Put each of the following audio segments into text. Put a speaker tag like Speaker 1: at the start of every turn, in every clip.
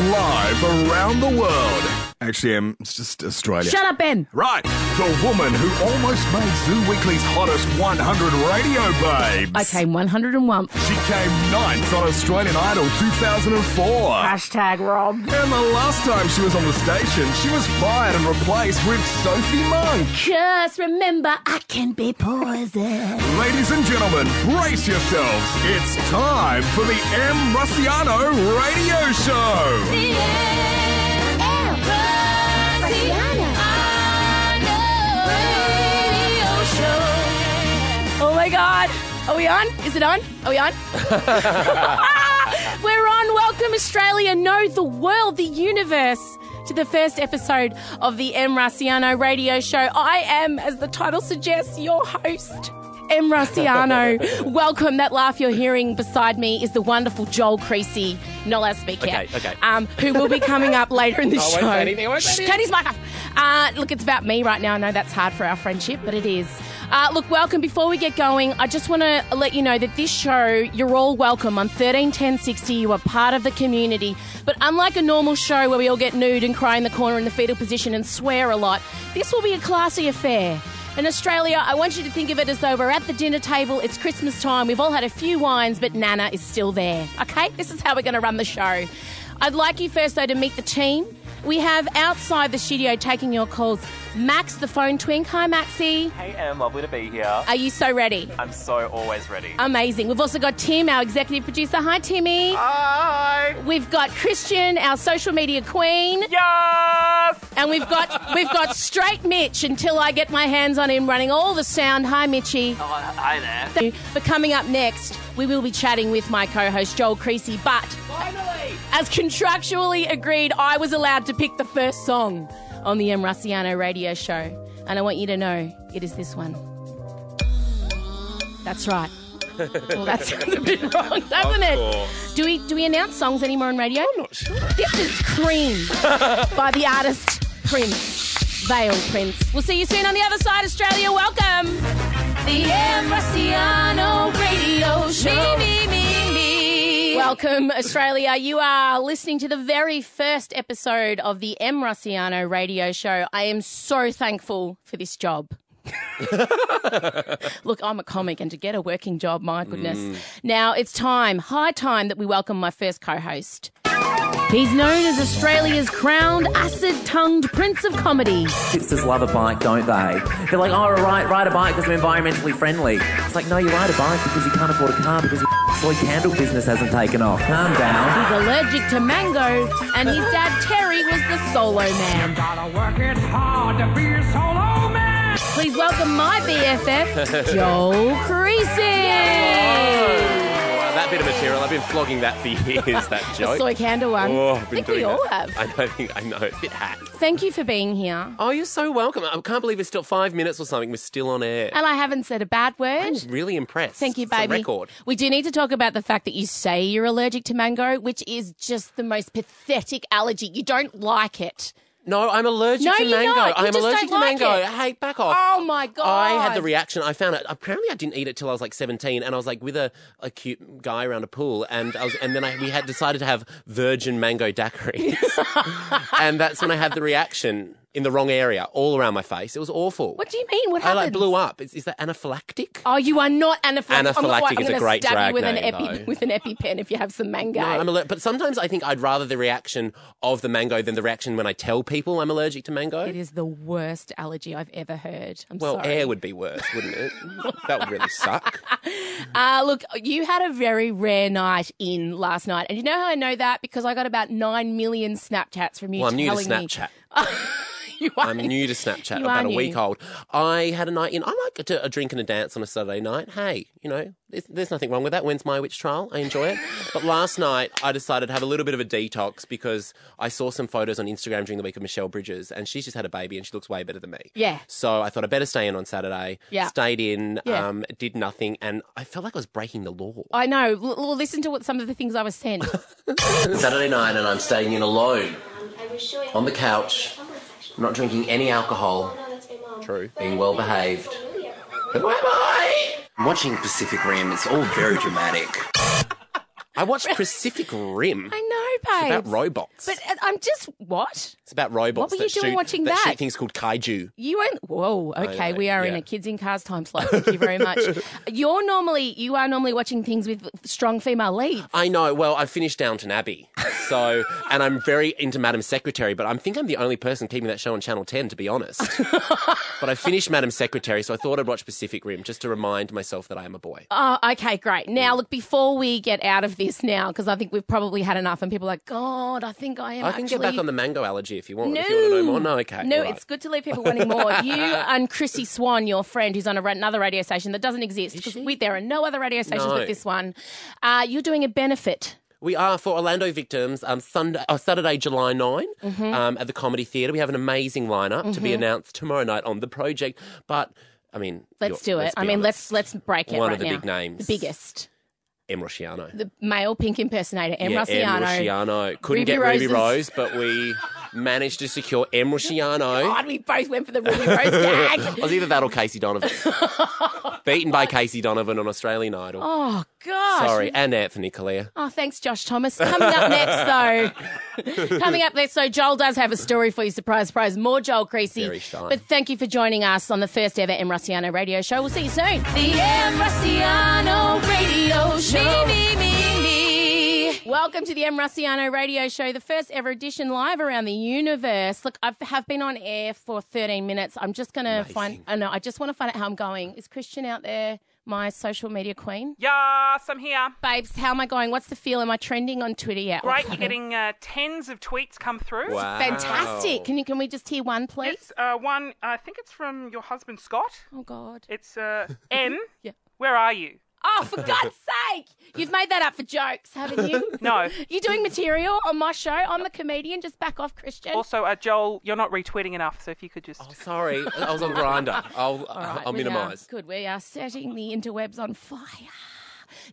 Speaker 1: Live around the world. Actually, um, it's just Australia.
Speaker 2: Shut up, Ben.
Speaker 1: Right, the woman who almost made Zoo Weekly's hottest 100 radio babes.
Speaker 2: I came 101.
Speaker 1: She came ninth on Australian Idol 2004.
Speaker 2: Hashtag Rob.
Speaker 1: and the last time she was on the station, she was fired and replaced with Sophie Monk.
Speaker 2: Just remember, I can be poison.
Speaker 1: Ladies and gentlemen, brace yourselves. It's time for the M. Rossiano Radio Show.
Speaker 2: Oh my god. Are we on? Is it on? Are we on? We're on. Welcome, Australia. No, the world, the universe. To the first episode of the M. Rossiano radio show. I am, as the title suggests, your host, M. Rossiano. Welcome. That laugh you're hearing beside me is the wonderful Joel Creasy, not allowed to speak yet,
Speaker 3: Okay, okay.
Speaker 2: Um, who will be coming up later in the
Speaker 3: I won't
Speaker 2: show.
Speaker 3: say anything, I won't say
Speaker 2: Shh,
Speaker 3: anything.
Speaker 2: Tony's mic off. Uh, look, it's about me right now. I know that's hard for our friendship, but it is. Uh, look, welcome. Before we get going, I just want to let you know that this show, you're all welcome on 131060. You are part of the community. But unlike a normal show where we all get nude and cry in the corner in the fetal position and swear a lot, this will be a classy affair. In Australia, I want you to think of it as though we're at the dinner table, it's Christmas time, we've all had a few wines, but Nana is still there. Okay? This is how we're going to run the show. I'd like you first, though, to meet the team. We have outside the studio taking your calls Max, the phone twink. Hi, Maxie.
Speaker 4: Hey Em, lovely to be here.
Speaker 2: Are you so ready?
Speaker 4: I'm so always ready.
Speaker 2: Amazing. We've also got Tim, our executive producer. Hi, Timmy.
Speaker 4: Hi!
Speaker 2: We've got Christian, our social media queen,
Speaker 4: Yes!
Speaker 2: and we've got we've got straight Mitch until I get my hands on him running all the sound. Hi, Mitchy.
Speaker 4: Oh, hi there.
Speaker 2: Thank you. But coming up next, we will be chatting with my co host Joel Creasy. But as contractually agreed, I was allowed to pick the first song on the M. Rossiano radio show. And I want you to know it is this one. That's right. Well, that sounds a bit wrong, doesn't it? Do we do we announce songs anymore on radio? I'm not sure. This is Cream by the artist Prince. Veil Prince. We'll see you soon on the other side, Australia. Welcome. The M. Rossiano Radio Show. Me, me, me, me. Welcome, Australia. You are listening to the very first episode of the M. Rossiano Radio Show. I am so thankful for this job. Look, I'm a comic, and to get a working job, my goodness. Now it's time, high time, that we welcome my first co host. He's known as Australia's crowned acid tongued prince of comedy.
Speaker 5: Hipsters love a bike, don't they? They're like, oh, right, ride a bike because I'm environmentally friendly. It's like, no, you ride a bike because you can't afford a car because your soy candle business hasn't taken off. Calm down.
Speaker 2: He's allergic to mango, and his dad Terry was the solo man.
Speaker 6: Gotta work it hard to be a solo man.
Speaker 2: Please welcome my BFF, Joel Creasy.
Speaker 3: Wow, Oh, that bit of material, I've been flogging that for years, that
Speaker 2: The
Speaker 3: joke.
Speaker 2: soy candle one.
Speaker 3: Oh,
Speaker 2: I
Speaker 3: I've been
Speaker 2: think
Speaker 3: doing
Speaker 2: we all
Speaker 3: that.
Speaker 2: have.
Speaker 3: I know, I think I know. It has.
Speaker 2: Thank you for being here.
Speaker 3: Oh, you're so welcome. I can't believe it's still five minutes or something. We're still on air.
Speaker 2: And I haven't said a bad
Speaker 3: I'm
Speaker 2: word.
Speaker 3: really impressed.
Speaker 2: Thank you,
Speaker 3: It's a
Speaker 2: baby.
Speaker 3: record.
Speaker 2: We do need to talk about the fact that you say you're allergic to mango, which is just the most pathetic allergy. You don't like it.
Speaker 3: No, I'm allergic
Speaker 2: No,
Speaker 3: to
Speaker 2: you're
Speaker 3: mango.
Speaker 2: not. You
Speaker 3: I'm
Speaker 2: just
Speaker 3: allergic
Speaker 2: don't
Speaker 3: to
Speaker 2: like
Speaker 3: mango.
Speaker 2: it.
Speaker 3: Hey, back off.
Speaker 2: Oh, my God.
Speaker 3: I had the reaction. I found out. Apparently, I didn't eat it till I was like 17, and I was like with a, a cute guy around a pool, and I was, and then I, we had decided to have virgin mango daiquiris, and that's when I had the reaction in the wrong area, all around my face. It was awful.
Speaker 2: What do you mean? What
Speaker 3: I
Speaker 2: happened?
Speaker 3: like blew up. Is, is that anaphylactic?
Speaker 2: Oh, you are not anaphylactic. I'm not-
Speaker 3: Anaphylactic
Speaker 2: I'm
Speaker 3: is a
Speaker 2: gonna
Speaker 3: great
Speaker 2: stab you
Speaker 3: drag
Speaker 2: with an
Speaker 3: name,
Speaker 2: epi
Speaker 3: though.
Speaker 2: with an EpiPen if you have some mango.
Speaker 3: No, I'm aller- but sometimes I think I'd rather the reaction of the mango than the reaction when I tell people I'm allergic to mango.
Speaker 2: It is the worst allergy I've ever heard. I'm
Speaker 3: well,
Speaker 2: sorry.
Speaker 3: air would be worse, wouldn't it? that would really suck.
Speaker 2: Uh, look, you had a very rare night in last night, and you know how I know that because I got about nine million Snapchats from you
Speaker 3: Well, I'm new to
Speaker 2: telling me-
Speaker 3: Snapchat.
Speaker 2: You are-
Speaker 3: I'm new to Snapchat,
Speaker 2: You
Speaker 3: about
Speaker 2: are
Speaker 3: a
Speaker 2: new.
Speaker 3: week old. I had a night in. I like to, a drink and a dance on a Saturday night. Hey, you know, there's, there's nothing wrong with that. When's my witch trial? I enjoy it. but last night, I decided to have a little bit of a detox because I saw some photos on Instagram during the week of Michelle Bridges, and she's just had a baby and she looks way better than me.
Speaker 2: Yeah.
Speaker 3: So I thought I better stay in on Saturday.
Speaker 2: Yeah.
Speaker 3: Stayed in,
Speaker 2: Yeah.
Speaker 3: um, did nothing, and I felt like I was breaking the law.
Speaker 2: I know. L- Well, listen to what some of the things I was sent.
Speaker 5: Saturday night, and I'm staying in alone on the couch, not drinking any alcohol,
Speaker 3: True.
Speaker 5: being well behaved. Who am I? I'm watching Pacific Rim. It's all very dramatic.
Speaker 3: I watched Pacific Rim.
Speaker 2: I know. babes.
Speaker 3: about robots.
Speaker 2: But uh, I'm just what?
Speaker 3: it's about robots.
Speaker 2: What were you
Speaker 3: that
Speaker 2: doing
Speaker 3: shoot,
Speaker 2: watching
Speaker 3: that?
Speaker 2: that?
Speaker 3: shoot things called kaiju.
Speaker 2: You went. Whoa. Okay,
Speaker 3: know,
Speaker 2: we are in
Speaker 3: yeah.
Speaker 2: a kids in cars time slot. Thank you very much. You're normally you are normally watching things with strong female leads.
Speaker 3: I know. Well, I finished Downton Abbey, so and I'm very into Madam Secretary, but I think I'm the only person keeping that show on Channel Ten, to be honest. but I finished Madam Secretary, so I thought I'd watch Pacific Rim just to remind myself that I am a boy.
Speaker 2: Oh, okay, great. Now look, before we get out of this now, because I think we've probably had enough, and people are like, God, I think I am.
Speaker 3: I can
Speaker 2: actually...
Speaker 3: get back on the mango allergy if you want.
Speaker 2: No.
Speaker 3: If you want to know more, no, okay.
Speaker 2: No,
Speaker 3: all right.
Speaker 2: it's good to leave people wanting more. you and Chrissy Swan, your friend, who's on a, another radio station that doesn't exist because we there are no other radio stations
Speaker 3: No.
Speaker 2: but this one. Uh, you're doing a benefit.
Speaker 3: We are for Orlando victims um, Sunday, oh, Saturday, July 9
Speaker 2: Mm-hmm.
Speaker 3: um, at the Comedy Theatre. We have an amazing lineup to be announced tomorrow night on the project. But, I mean,
Speaker 2: Let's
Speaker 3: you're-
Speaker 2: do it. I
Speaker 3: be
Speaker 2: mean,
Speaker 3: honest.
Speaker 2: let's let's break it
Speaker 3: One
Speaker 2: right
Speaker 3: of the
Speaker 2: now.
Speaker 3: big names.
Speaker 2: the biggest,
Speaker 3: M. Rosciano.
Speaker 2: the male pink impersonator, M.
Speaker 3: yeah,
Speaker 2: Rossiano.
Speaker 3: M. Rosciano. Couldn't
Speaker 2: Ruby
Speaker 3: get Ruby
Speaker 2: Roses.
Speaker 3: Rose, but we managed to secure M. Rosciano.
Speaker 2: God, we both went for the Ruby Rose gag.
Speaker 3: I was either that or Casey Donovan. Beaten by Casey Donovan on Australian Idol.
Speaker 2: Oh gosh.
Speaker 3: Sorry, and Anthony Kalia.
Speaker 2: Oh, thanks, Josh Thomas. Coming up next, though. Coming up next, though, Joel does have a story for you. Surprise, surprise. More Joel Creasy.
Speaker 3: Very shy.
Speaker 2: But thank you for joining us on the first ever M. Rossiano radio show. We'll see you soon. The M. Rossiano radio show. Me, me, me, me. Welcome to the M. Rossiano radio show, the first ever edition live around the universe. Look, I have been on air for 13 minutes. I'm just going to find, I know, I just want to find out how I'm going. Is Christian out there? My social media queen.
Speaker 7: Yes, I'm here.
Speaker 2: Babes, how am I going? What's the feel? Am I trending on Twitter yet?
Speaker 7: Great, you're getting uh, tens of tweets come through.
Speaker 2: Fantastic. Can you can we just hear one, please?
Speaker 7: Yes, uh, one, I think it's from your husband Scott.
Speaker 2: Oh God.
Speaker 7: It's uh, M.
Speaker 2: Yeah.
Speaker 7: Where are you?
Speaker 2: Oh, for God's sake! You've made that up for jokes, haven't you?
Speaker 7: No.
Speaker 2: You're doing material on my show. I'm the comedian. Just back off, Christian.
Speaker 7: Also, uh, Joel, you're not retweeting enough, so if you could just.
Speaker 3: Oh, sorry, I was on Grinder. I'll,
Speaker 2: All right,
Speaker 3: I'll
Speaker 2: we are-
Speaker 3: minimise.
Speaker 2: Good. We are setting the interwebs on fire.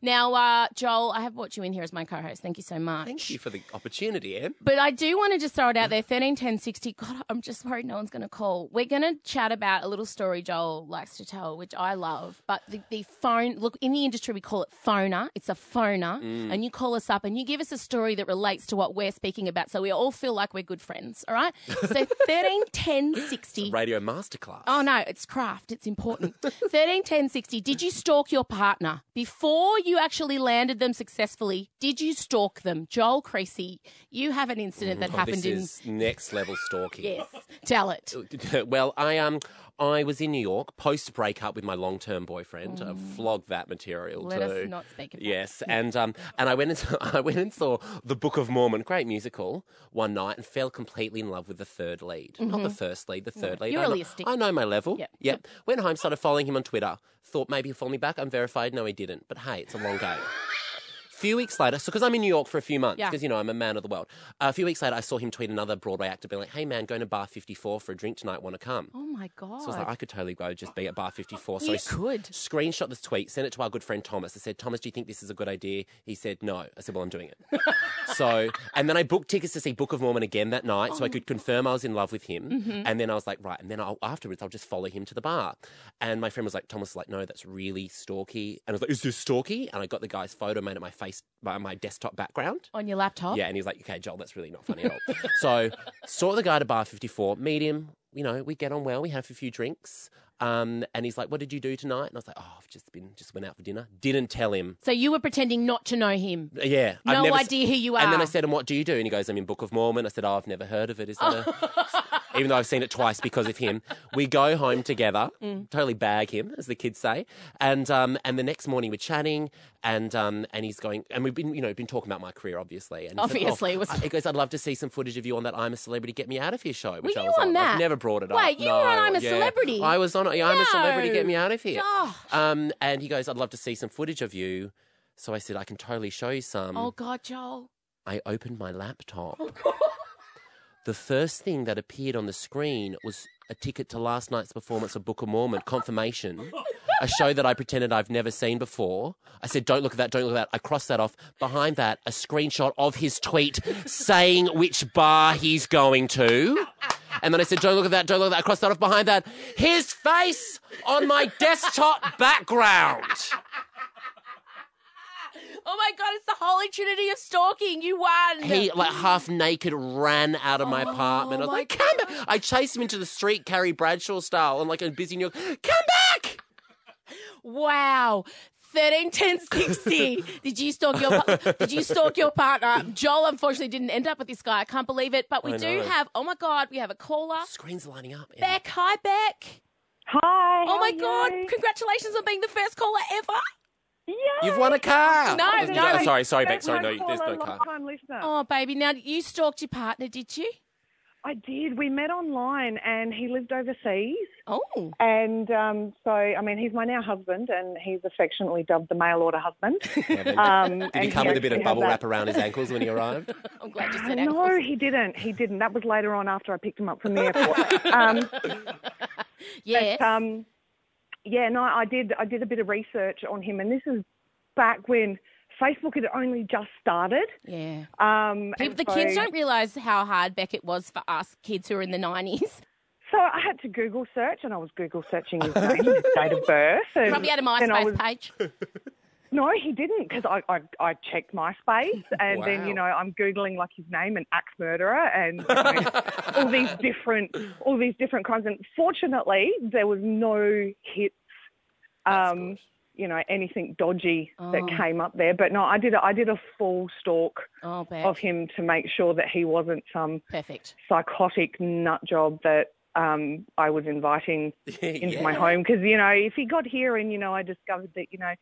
Speaker 2: Now, uh, Joel, I have brought you in here as my co-host. Thank you so much.
Speaker 3: Thank you for the opportunity, Em.
Speaker 2: But I do want to just throw it out there. Thirteen ten sixty. God, I'm just worried no one's going to call. We're going to chat about a little story Joel likes to tell, which I love. But the, the phone. Look, in the industry we call it phoner. It's a phoner, and you call us up and you give us a story that relates to what we're speaking about, so we all feel like we're good friends. All right. So thirteen ten sixty.
Speaker 3: Radio Masterclass.
Speaker 2: Oh no, it's craft. It's important. Thirteen, ten, sixty. Did you stalk your partner before you actually landed them successfully? Did you stalk them, Joel Creasy? You have an incident that
Speaker 3: Mm. Oh, This
Speaker 2: happened in.
Speaker 3: is next level stalking.
Speaker 2: Yes, tell it.
Speaker 3: well, I um, I was in New York post breakup with my long term boyfriend. Uh, flog that material
Speaker 2: Mm. Let
Speaker 3: too.
Speaker 2: us not speak about
Speaker 3: Yes, and um, and I went and saw, I went and saw the Book of Mormon, great musical, one night, and fell completely in love with the third lead, not the first lead, the third lead.
Speaker 2: Mm-hmm. You're
Speaker 3: I know,
Speaker 2: realistic.
Speaker 3: I know my level.
Speaker 2: Yep.
Speaker 3: Yep. Went home, started following him on Twitter. Thought maybe he'll follow me back. I'm verified. No, he didn't. But hey, it's a long game. few weeks later, so because I'm in New York for a few months,
Speaker 2: Yeah.
Speaker 3: because you know I'm a man of the world. a few weeks later, I saw him tweet another Broadway actor being like, "Hey man, going to Bar 54 for a drink tonight? Want to come?"
Speaker 2: Oh my god.
Speaker 3: So I was like, I could totally go just be at bar 54. So
Speaker 2: You
Speaker 3: I s-
Speaker 2: could.
Speaker 3: Screenshot this tweet, sent it to our good friend Thomas. I said, Thomas, do you think this is a good idea? He said, no. I said, well, I'm doing it. so, and then I booked tickets to see Book of Mormon again that night
Speaker 2: Oh.
Speaker 3: so I could confirm I was in love with him.
Speaker 2: Mm-hmm.
Speaker 3: And then I was like, right. And then I'll, afterwards, I'll just follow him to the bar. And my friend was like, Thomas was like, no, that's really stalky. And I was like, is this stalky? And I got the guy's photo made it my face, my, my desktop background.
Speaker 2: on your laptop.
Speaker 3: Yeah, and he's like, okay, Joel, that's really not funny at all. so, saw the guy to bar 54, meet him. You know, we get on well. We have a few drinks. Um, and he's like, what did you do tonight? And I was like, oh, I've just been, just went out for dinner. Didn't tell him.
Speaker 2: So you were pretending not to know him.
Speaker 3: Yeah. I've
Speaker 2: No
Speaker 3: never s-
Speaker 2: idea who you
Speaker 3: And then
Speaker 2: are.
Speaker 3: I said, and what do you do? And he goes, I'm in Book of Mormon. I said, oh, I've never heard of it. Is that
Speaker 2: Oh,
Speaker 3: a... Even though I've seen it twice because of him. We go home together,
Speaker 2: Mm.
Speaker 3: totally bag him, as the kids say. And um, and the next morning we're chatting and um, and he's going, and we've been, you know, been talking about my career, obviously. And he said, "Oh,
Speaker 2: Obviously, it was-
Speaker 3: I- He goes, I'd love to see some footage of you on that I'm a Celebrity, Get Me Out of Here show. Which
Speaker 2: Were
Speaker 3: I
Speaker 2: you
Speaker 3: was
Speaker 2: on that?
Speaker 3: I've never brought it up.
Speaker 2: Wait, you were on
Speaker 3: No,
Speaker 2: I'm a
Speaker 3: yeah.
Speaker 2: Celebrity?
Speaker 3: I was on, yeah, I'm a Celebrity,
Speaker 2: No. Oh.
Speaker 3: Get Me Out of Here.
Speaker 2: Gosh.
Speaker 3: Um, and he goes, I'd love to see some footage of you. So I said, I can totally show you some.
Speaker 2: Oh god, Joel.
Speaker 3: I opened my laptop. the first thing that appeared on the screen was a ticket to last night's performance of Book of Mormon, confirmation. A show that I pretended I've never seen before. I said, Don't look at that, don't look at that. I crossed that off. Behind that, a screenshot of his tweet saying which bar he's going to. And then I said, Don't look at that, don't look at that. I crossed that off. Behind that, his face on my desktop background.
Speaker 2: Oh my god, it's the holy trinity of stalking. You won.
Speaker 3: He like half naked ran out of my apartment. I was
Speaker 2: Oh my
Speaker 3: like, "Come back!" I chased him into the street, Carrie Bradshaw style, and like a busy New York. Come back!
Speaker 2: Wow. 13, 10, 60. did you stalk your par- did you stalk your partner? Joel unfortunately didn't end up with this guy. I can't believe it. But we
Speaker 3: I
Speaker 2: do
Speaker 3: know.
Speaker 2: have oh my god, we have a caller.
Speaker 3: Screens lining up. Em.
Speaker 2: Beck. Hi Beck.
Speaker 8: Hi.
Speaker 2: Oh my god. Congratulations on being the first caller ever.
Speaker 3: You've won a car.
Speaker 2: No,
Speaker 3: Oh,
Speaker 2: no.
Speaker 3: sorry, sorry, Beck. Sorry, no, there's no car.
Speaker 8: Time listener.
Speaker 2: Oh baby. Now you stalked your partner, did you?
Speaker 8: I did. We met online, and he lived overseas.
Speaker 2: Oh.
Speaker 8: And um, so, I mean, he's my now husband, and he's affectionately dubbed the mail order husband. Um,
Speaker 3: Did he
Speaker 8: and
Speaker 3: come with a bit
Speaker 8: actually
Speaker 3: of
Speaker 8: had
Speaker 3: bubble
Speaker 8: that-
Speaker 3: wrap around his ankles when he arrived?
Speaker 2: I'm glad you said
Speaker 8: No,
Speaker 2: ankles.
Speaker 8: he didn't. He didn't. That was later on after I picked him up from the airport. um,
Speaker 2: Yes.
Speaker 8: um, yeah, no, I did. I did a bit of research on him, and this is back when Facebook had only just started.
Speaker 2: yeah.
Speaker 8: Um,
Speaker 2: People,
Speaker 8: and
Speaker 2: the
Speaker 8: so-
Speaker 2: kids don't realise how hard Beckett was for us kids who are in the 90s.
Speaker 8: So I had to Google search, and I was Google searching his name, his date of birth. And
Speaker 2: Probably had a
Speaker 8: then I
Speaker 2: MySpace
Speaker 8: was-
Speaker 2: page.
Speaker 8: No, he didn't, because I, I I checked MySpace, and then you know
Speaker 3: Wow.
Speaker 8: I'm googling like his name and axe murderer and you know, all these different all these different crimes. And fortunately, there was no hits. Um, you know anything dodgy that came up there, but no, I did a, I did a full stalk
Speaker 2: Oh, Beck.
Speaker 8: of him to make sure that he wasn't some
Speaker 2: Perfect.
Speaker 8: psychotic nut job that um, I was inviting into
Speaker 3: Yeah.
Speaker 8: my home because you know if he got here and you know I discovered that you know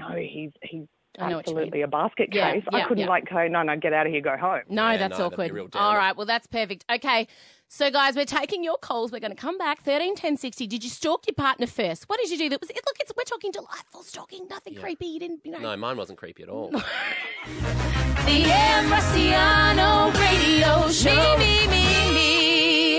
Speaker 8: no he's he's
Speaker 2: I know what you mean.
Speaker 8: absolutely a basket
Speaker 2: Yeah,
Speaker 8: case.
Speaker 2: yeah,
Speaker 8: I couldn't
Speaker 2: yeah.
Speaker 8: like go no no get out of here go home.
Speaker 2: No,
Speaker 3: Yeah,
Speaker 2: that's
Speaker 3: no, that'd be
Speaker 2: awkward.
Speaker 3: a real downer.
Speaker 2: All right, well, that's perfect. Okay, so guys, we're taking your calls. We're going to come back. 13, 10, 60. Did you stalk your partner first? What did you do? That was it. Look, it's, we're talking delightful stalking, nothing creepy. You didn't, you know.
Speaker 3: No, mine wasn't creepy at all.
Speaker 2: The M. Rossiano Radio Show. Me, me, me,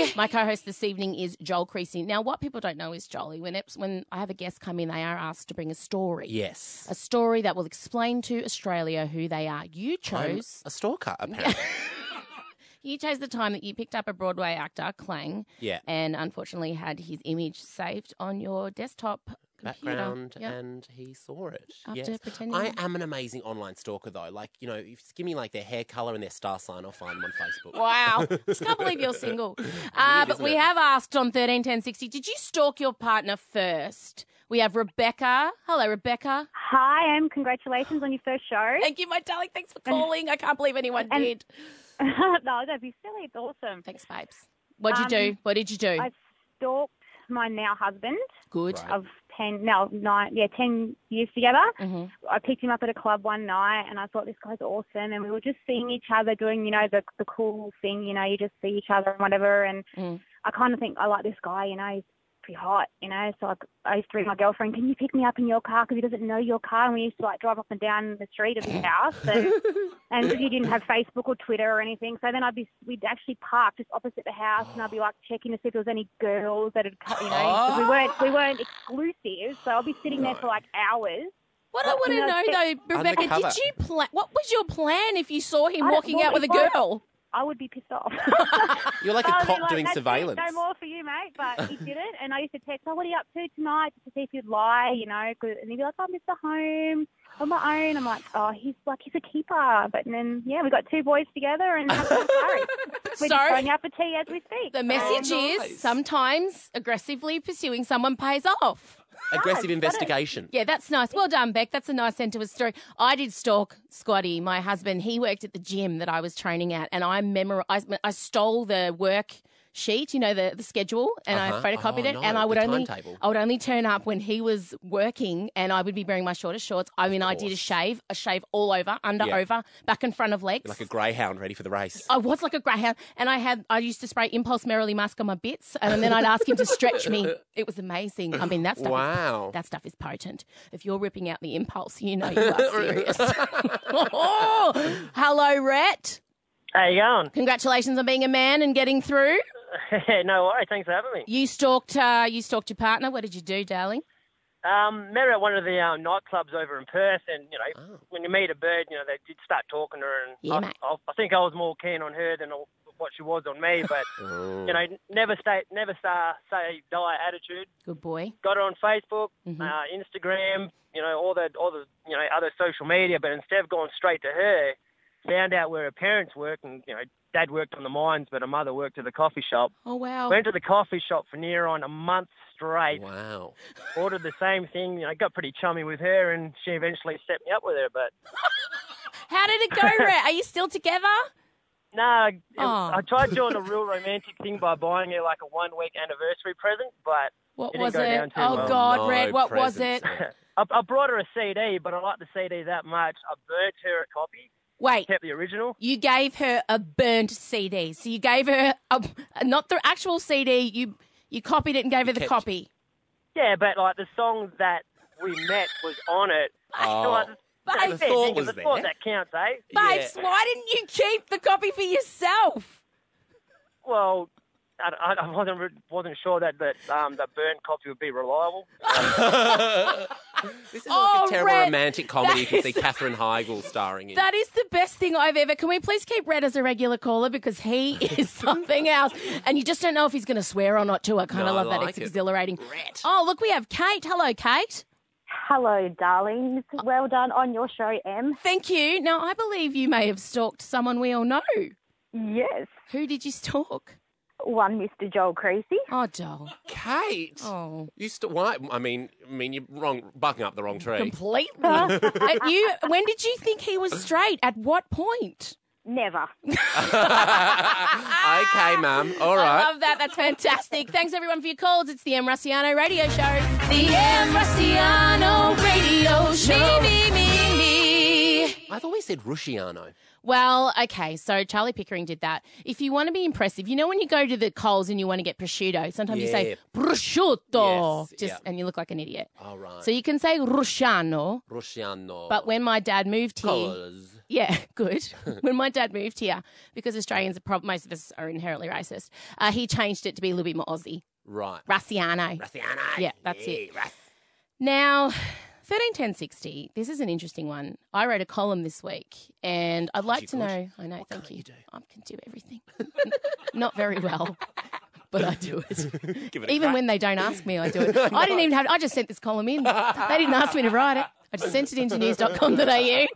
Speaker 2: me. My co-host this evening is Joel Creasy. Now, what people don't know is Jolie. When it's, when I have a guest come in, they are asked to bring a story.
Speaker 3: Yes.
Speaker 2: A story that will explain to Australia who they are. You
Speaker 3: I'm
Speaker 2: chose.
Speaker 3: a stalker, apparently.
Speaker 2: You chose the time that you picked up a Broadway actor, Clang,
Speaker 3: Yeah.
Speaker 2: and unfortunately had his image saved on your desktop computer.
Speaker 3: background
Speaker 2: Yeah.
Speaker 3: and he saw it.
Speaker 2: After
Speaker 3: yes.
Speaker 2: pretending-
Speaker 3: I am an amazing online stalker though. Like, you know, if you give me like their hair colour and their star sign, I'll find them on Facebook.
Speaker 2: Wow. Just can't believe you're single. Uh, but
Speaker 3: isn't
Speaker 2: we
Speaker 3: it?
Speaker 2: have asked on 131060, did you stalk your partner first? We have Rebecca. Hello, Rebecca.
Speaker 9: Hi, Em. Congratulations on your first show.
Speaker 2: Thank you, my darling. Thanks for calling. I can't believe anyone
Speaker 9: and-
Speaker 2: did.
Speaker 9: no, don't be silly. It's awesome.
Speaker 2: Thanks, babes. What'd you do?
Speaker 9: Um,
Speaker 2: What did you do?
Speaker 9: I stalked my now husband
Speaker 2: Good.
Speaker 3: Right.
Speaker 9: of 10, no, nine, yeah, 10 years together.
Speaker 2: Mhm.
Speaker 9: I picked him up at a club one night and I thought this guy's awesome. And we were just seeing each other doing, you know, the, the cool thing, you know, you just see each other and whatever. And
Speaker 2: Mm.
Speaker 9: I kind of think I like this guy, you know, he's pretty hot, you know. So I, I used to ring my girlfriend, can you pick me up in your car? Because he doesn't know your car. And we used to like drive up and down the street of his house. And, and 'cause he didn't have Facebook or Twitter or anything. So then I'd be, we'd actually park just opposite the house and I'd be like checking to see if there was any girls that had, cut, you know, 'cause we weren't, we weren't exclusive. So I'll be sitting there for like hours.
Speaker 2: What I want
Speaker 9: you
Speaker 2: to
Speaker 9: know,
Speaker 2: know, though, Rebecca,
Speaker 3: Undercover.
Speaker 2: did you plan? What was your plan if you saw him
Speaker 9: I-
Speaker 2: walking
Speaker 9: well,
Speaker 2: out with a
Speaker 9: if I-
Speaker 2: girl?
Speaker 9: I would be pissed off.
Speaker 3: You're
Speaker 2: Oh,
Speaker 3: like a
Speaker 9: I'd be
Speaker 3: cop
Speaker 9: Oh, like,
Speaker 3: doing
Speaker 9: "That's it,
Speaker 3: surveillance.
Speaker 9: No more for you, mate. But he didn't, and I used to text, "Oh, what are you up to tonight?" Just to see if you'd lie, you know. 'cause- And he'd be like, "Oh, "I'm just at home on my own." I'm like, "Oh, he's like he's a keeper." But then, yeah, we got two boys together, and have some curry. we're just
Speaker 2: Sorry.
Speaker 9: going out for tea as we speak. Oh,
Speaker 2: The message is sometimes aggressively pursuing someone pays off.
Speaker 3: Aggressive investigation.
Speaker 2: Yeah, that's nice. Well done, Beck. That's a nice end to a story. I did stalk Scotty, my husband. He worked at the gym that I was training at, and I memor- I, I stole the work sheet, you know, the, the schedule, and
Speaker 3: Uh-huh.
Speaker 2: I photocopied
Speaker 3: Oh,
Speaker 2: it.
Speaker 3: no,
Speaker 2: and I would
Speaker 3: the
Speaker 2: only
Speaker 3: timetable.
Speaker 2: I would only turn up when he was working, and I would be wearing my shortest shorts. I mean, I did a
Speaker 3: course.
Speaker 2: shave, a shave all over, under,
Speaker 3: Yeah.
Speaker 2: over, back and front of legs.
Speaker 3: Like a greyhound ready for the race.
Speaker 2: I was like a greyhound, and I had I used to spray impulse merrily mask on my bits, and then I'd ask him to stretch me. It was amazing. I mean, that stuff.
Speaker 3: Wow.
Speaker 2: Is, that stuff is potent. If you're ripping out the impulse, you know you are serious. oh, hello, Rhett.
Speaker 10: How you going?
Speaker 2: Congratulations on being a man and getting through.
Speaker 10: no worries. Thanks for having me.
Speaker 2: You stalked. Uh, you stalked your partner. What did you do, darling?
Speaker 10: Um, met her at one of the um, nightclubs over in Perth, and you
Speaker 4: Oh.
Speaker 10: know, when you meet a bird, you know they did start talking to her, and
Speaker 2: Yeah,
Speaker 10: I,
Speaker 2: mate.
Speaker 10: I, I think I was more keen on her than I what she was on me, but
Speaker 3: Oh.
Speaker 10: you know,
Speaker 4: Mm.
Speaker 10: never stay, never sa say die attitude.
Speaker 2: Good boy.
Speaker 10: Got her on Facebook,
Speaker 4: Mm-hmm.
Speaker 2: Mhm.
Speaker 10: uh, Instagram, you know, all the all the you know other social media, but instead of going straight to her, found out where her parents work, and you know, dad worked on the mines, but her mother worked at the coffee shop.
Speaker 2: Oh wow.
Speaker 10: Went to the coffee shop for near on a month straight.
Speaker 3: Wow.
Speaker 10: Ordered the same thing. You know, got pretty chummy with her, and she eventually set me up with her. But
Speaker 2: How did it go, Rhett? Are you still together?
Speaker 10: no, nah, it-
Speaker 2: Aw.
Speaker 10: I tried doing a real romantic thing by buying her like a one-week anniversary present, but
Speaker 2: What
Speaker 10: Didn't
Speaker 2: was
Speaker 10: go
Speaker 2: it?
Speaker 10: down too
Speaker 2: Oh
Speaker 10: well.
Speaker 2: God,
Speaker 3: No
Speaker 2: Rhett, what was it?
Speaker 3: presents, eh?
Speaker 10: I, I brought her a CD, but I liked the CD that much. I burnt her a copy,
Speaker 2: Wait,
Speaker 10: kept the original.
Speaker 2: you gave her a burnt CD. So you gave her a not the actual CD. You you copied it and gave her the
Speaker 3: kept-
Speaker 2: copy.
Speaker 10: Yeah, but like the song that we met was on it. So I
Speaker 3: Oh.
Speaker 10: just-
Speaker 2: But-
Speaker 10: Hey,
Speaker 3: The
Speaker 10: fair
Speaker 3: thought
Speaker 10: dinkum,
Speaker 3: was
Speaker 10: the
Speaker 3: there.
Speaker 10: thought that counts, eh?
Speaker 2: Babes,
Speaker 3: Yeah.
Speaker 2: why didn't you keep the copy for yourself?
Speaker 10: Well, I, I- I wasn't re- wasn't sure that that um, the burnt copy would be reliable.
Speaker 3: This is
Speaker 2: Oh,
Speaker 3: like a terrible
Speaker 2: Red,
Speaker 3: romantic comedy you can
Speaker 2: that
Speaker 3: see
Speaker 2: is-
Speaker 3: Catherine Heigl starring in.
Speaker 2: That is the best thing I've ever. Can we please keep Red as a regular caller because he is something else, and you just don't know if he's going to swear or not too. I kind
Speaker 3: No,
Speaker 2: of
Speaker 3: I
Speaker 2: love that.
Speaker 3: like
Speaker 2: it's
Speaker 3: it.
Speaker 2: exhilarating. Oh, look, we have Kate. Hello, Kate. Uh,
Speaker 9: Hello, darlings. Well done on your show, Em.
Speaker 2: Thank you. Now, I believe you may have stalked someone we all know.
Speaker 9: Yes,
Speaker 2: Who did you stalk?
Speaker 9: one Mr. Joel Creasy.
Speaker 2: Oh, doll.
Speaker 3: Kate.
Speaker 2: Oh.
Speaker 3: You st- why? I mean, I mean, you're wrong, bucking up the wrong tree.
Speaker 2: Completely. Uh, you, when did you think he was straight? At what point?
Speaker 9: Never.
Speaker 3: okay, mum. All
Speaker 2: I
Speaker 3: right.
Speaker 2: love that. That's fantastic. Thanks everyone for your calls. It's the M Rossiano Radio Show. The M Rossiano Radio Show. Me, me, me, me.
Speaker 3: I've always said Rusciano.
Speaker 2: Well, okay, so Charlie Pickering did that. If you want to be impressive, you know when you go to the Coles and you want to get prosciutto, sometimes you say
Speaker 3: Yeah.
Speaker 2: prosciutto,
Speaker 3: Yes,
Speaker 2: just
Speaker 3: yeah.
Speaker 2: and you look like an idiot.
Speaker 3: All right.
Speaker 2: So you can say Rusciano,
Speaker 3: Rusciano.
Speaker 2: but when my dad moved here,
Speaker 3: Colours.
Speaker 2: Yeah, good. when my dad moved here, because Australians are prob- most of us are inherently racist, uh, he changed it to be a little bit more Aussie.
Speaker 3: Right.
Speaker 2: Rassiano.
Speaker 3: Rusciano.
Speaker 2: Yeah, that's it.
Speaker 3: Russ-
Speaker 2: Now, 131060, this is an interesting one. I wrote a column this week and I'd like
Speaker 3: you
Speaker 2: to
Speaker 3: good?
Speaker 2: know. I know, thank
Speaker 3: can't
Speaker 2: you.
Speaker 3: you do?
Speaker 2: I can do everything. Not very well, but I do it.
Speaker 3: Give it a
Speaker 2: Even
Speaker 3: crack.
Speaker 2: when they don't ask me, I do it. I didn't even have, I just sent this column in. They didn't ask me to write it. I just sent it into news.com.au.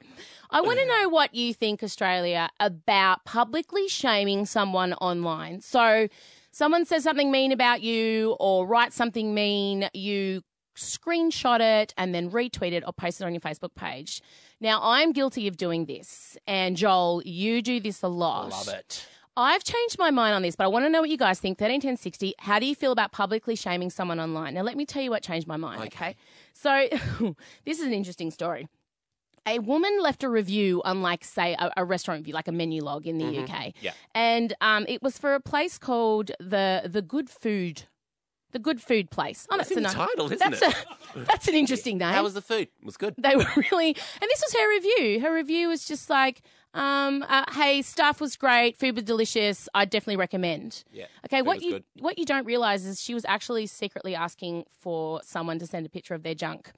Speaker 2: I want to know what you think, Australia, about publicly shaming someone online. So, someone says something mean about you or writes something mean, you screenshot it and then retweet it or post it on your Facebook page. Now, I'm guilty of doing this. And Joel, you do this a lot.
Speaker 3: Love it.
Speaker 2: I've changed my mind on this, but I want to know what you guys think. 131060, how do you feel about publicly shaming someone online? Now, let me tell you what changed my mind, okay? So, this is an interesting story. A woman left a review on, like, say, a, a restaurant review, like a menu log in the
Speaker 3: Mm-hmm.
Speaker 2: UK.
Speaker 3: Yeah.
Speaker 2: And um, it was for a place called the the Good Food. The Good Food Place. Oh,
Speaker 3: That's
Speaker 2: that's,
Speaker 3: in the
Speaker 2: a nice-
Speaker 3: title, isn't
Speaker 2: that's
Speaker 3: it?
Speaker 2: A, that's an interesting name
Speaker 3: How was the food? It was good.
Speaker 2: they were really and this was her review her review was just like um, uh, hey staff was great food was delicious i definitely recommend
Speaker 3: Yeah,
Speaker 2: okay
Speaker 3: food
Speaker 2: what
Speaker 3: was
Speaker 2: you
Speaker 3: good.
Speaker 2: what you don't realize is she was actually secretly asking for someone to send a picture of their junk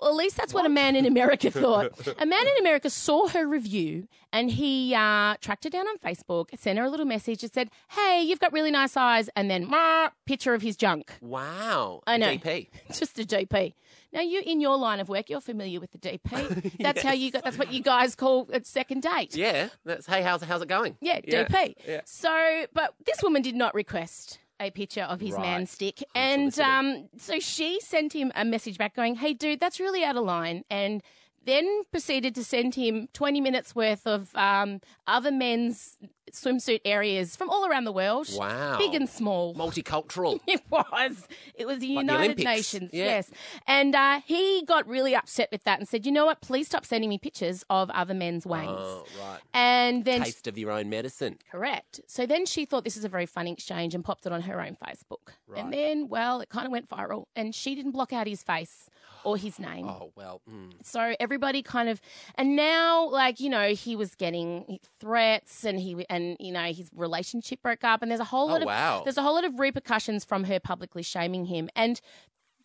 Speaker 2: well, at least that's what, a man in America thought. a man in America saw her review and he uh, tracked her down on Facebook, sent her a little message, and said, "Hey, you've got really nice eyes," and then "Mwah," picture of his junk.
Speaker 3: Wow.
Speaker 2: I know.
Speaker 3: DP.
Speaker 2: just a DP. Now you in your line of work, you're familiar with the DP. That's how you got. That's what you guys call a second date.
Speaker 3: Yeah. That's hey. How's how's it going?
Speaker 2: Yeah, DP. So, but this woman did not request a picture of his
Speaker 3: Right.
Speaker 2: man stick. And um, so she sent him a message back going, hey, dude, that's really out of line. And then proceeded to send him 20 minutes worth of um, other men's swimsuit areas from all around the world.
Speaker 3: Wow.
Speaker 2: Big and small.
Speaker 3: Multicultural.
Speaker 2: It was. It was the
Speaker 3: the
Speaker 2: United
Speaker 3: Olympics.
Speaker 2: Nations.
Speaker 3: Yeah.
Speaker 2: Yes. And uh, he got really upset with that and said, you know what? Please stop sending me pictures of other men's wangs.
Speaker 3: Oh, right.
Speaker 2: And then
Speaker 3: Taste of your own medicine.
Speaker 2: Correct. So then she thought this is a very funny exchange and popped it on her own Facebook. And then, well, it kind of went viral and she didn't block out his face or his name.
Speaker 3: Oh well. Mm.
Speaker 2: So everybody kind of, and now, like, you know, he was getting threats and he, and, you know, his relationship broke up and there's a whole
Speaker 3: Oh,
Speaker 2: lot of,
Speaker 3: wow.
Speaker 2: there's a whole lot of repercussions from her publicly shaming him. And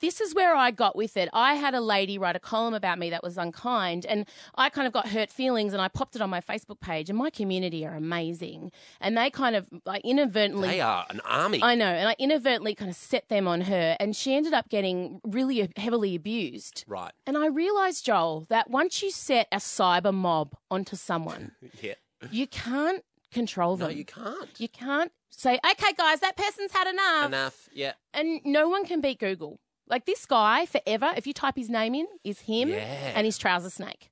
Speaker 2: this is where I got with it. I had a lady write a column about me that was unkind, and I kind of got hurt feelings, and I popped it on my Facebook page. And my community are amazing, and they kind of I inadvertently
Speaker 3: They are an army.
Speaker 2: I know, and I inadvertently kind of set them on her, and she ended up getting really heavily abused.
Speaker 3: Right.
Speaker 2: And I realised, Joel, that once you set a cyber mob onto someone,
Speaker 3: Yeah.
Speaker 2: you can't control them.
Speaker 3: No, you can't.
Speaker 2: You can't say, okay, guys, that person's had enough.
Speaker 3: Enough. Yeah.
Speaker 2: And no one can beat Google. Like this guy, forever, if you type his name in, is him
Speaker 3: Yeah.
Speaker 2: and his trouser snake.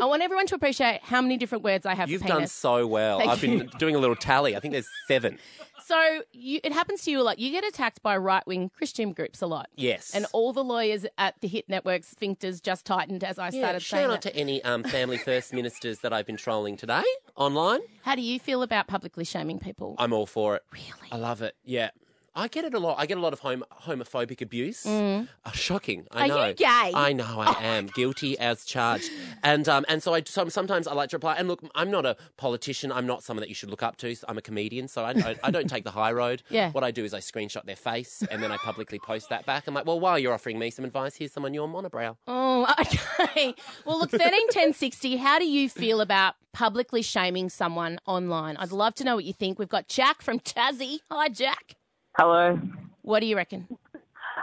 Speaker 2: I want everyone to appreciate how many different words I have
Speaker 3: You've
Speaker 2: for
Speaker 3: done
Speaker 2: penis.
Speaker 3: so well.
Speaker 2: Thank
Speaker 3: I've been doing a little tally. I think there's seven.
Speaker 2: So you, it happens to you a lot. You get attacked by right wing Christian groups a lot.
Speaker 3: Yes.
Speaker 2: And all the lawyers at the Hit Network's sphincters just tightened as I
Speaker 3: Yeah,
Speaker 2: started saying
Speaker 3: shout out
Speaker 2: that.
Speaker 3: to any um, family first ministers that I've been trolling today online.
Speaker 2: How do you feel about publicly shaming people?
Speaker 3: I'm all for it. Really? I love it. Yeah. I get it a lot. I get a lot of home, homophobic abuse. Uh, shocking. I
Speaker 2: Mm. Are you
Speaker 3: know.
Speaker 2: gay? Oh
Speaker 3: I know I am. Guilty as charged. And um, and so I some, sometimes I like to reply. And look, I'm not a politician. I'm not someone that you should look up to. I'm a comedian, so I, I, I don't take the high road.
Speaker 2: Yeah.
Speaker 3: What I do is I screenshot their face and then I publicly post that back. I'm like, well, while you're offering me some advice, here's someone you're monobrow.
Speaker 2: Oh, okay. Well, look, thirteen ten sixty. How do you feel about publicly shaming someone online? I'd love to know what you think. We've got Jack from Tassie. Hi, Jack.
Speaker 11: Hello.
Speaker 2: What do you reckon?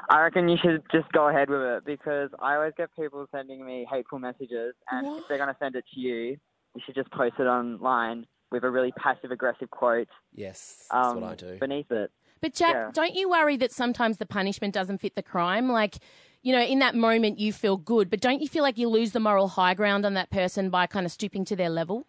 Speaker 11: I reckon you should just go ahead with it because I always get people sending me hateful messages, and if they're going to send it to you, you should just post it online with a really passive aggressive quote.
Speaker 3: Yes,
Speaker 11: um,
Speaker 3: that's what I do.
Speaker 11: Beneath it.
Speaker 2: But Jack,
Speaker 11: Yeah.
Speaker 2: don't you worry that sometimes the punishment doesn't fit the crime? Like, you know, in that moment you feel good, but don't you feel like you lose the moral high ground on that person by kind of stooping to their level?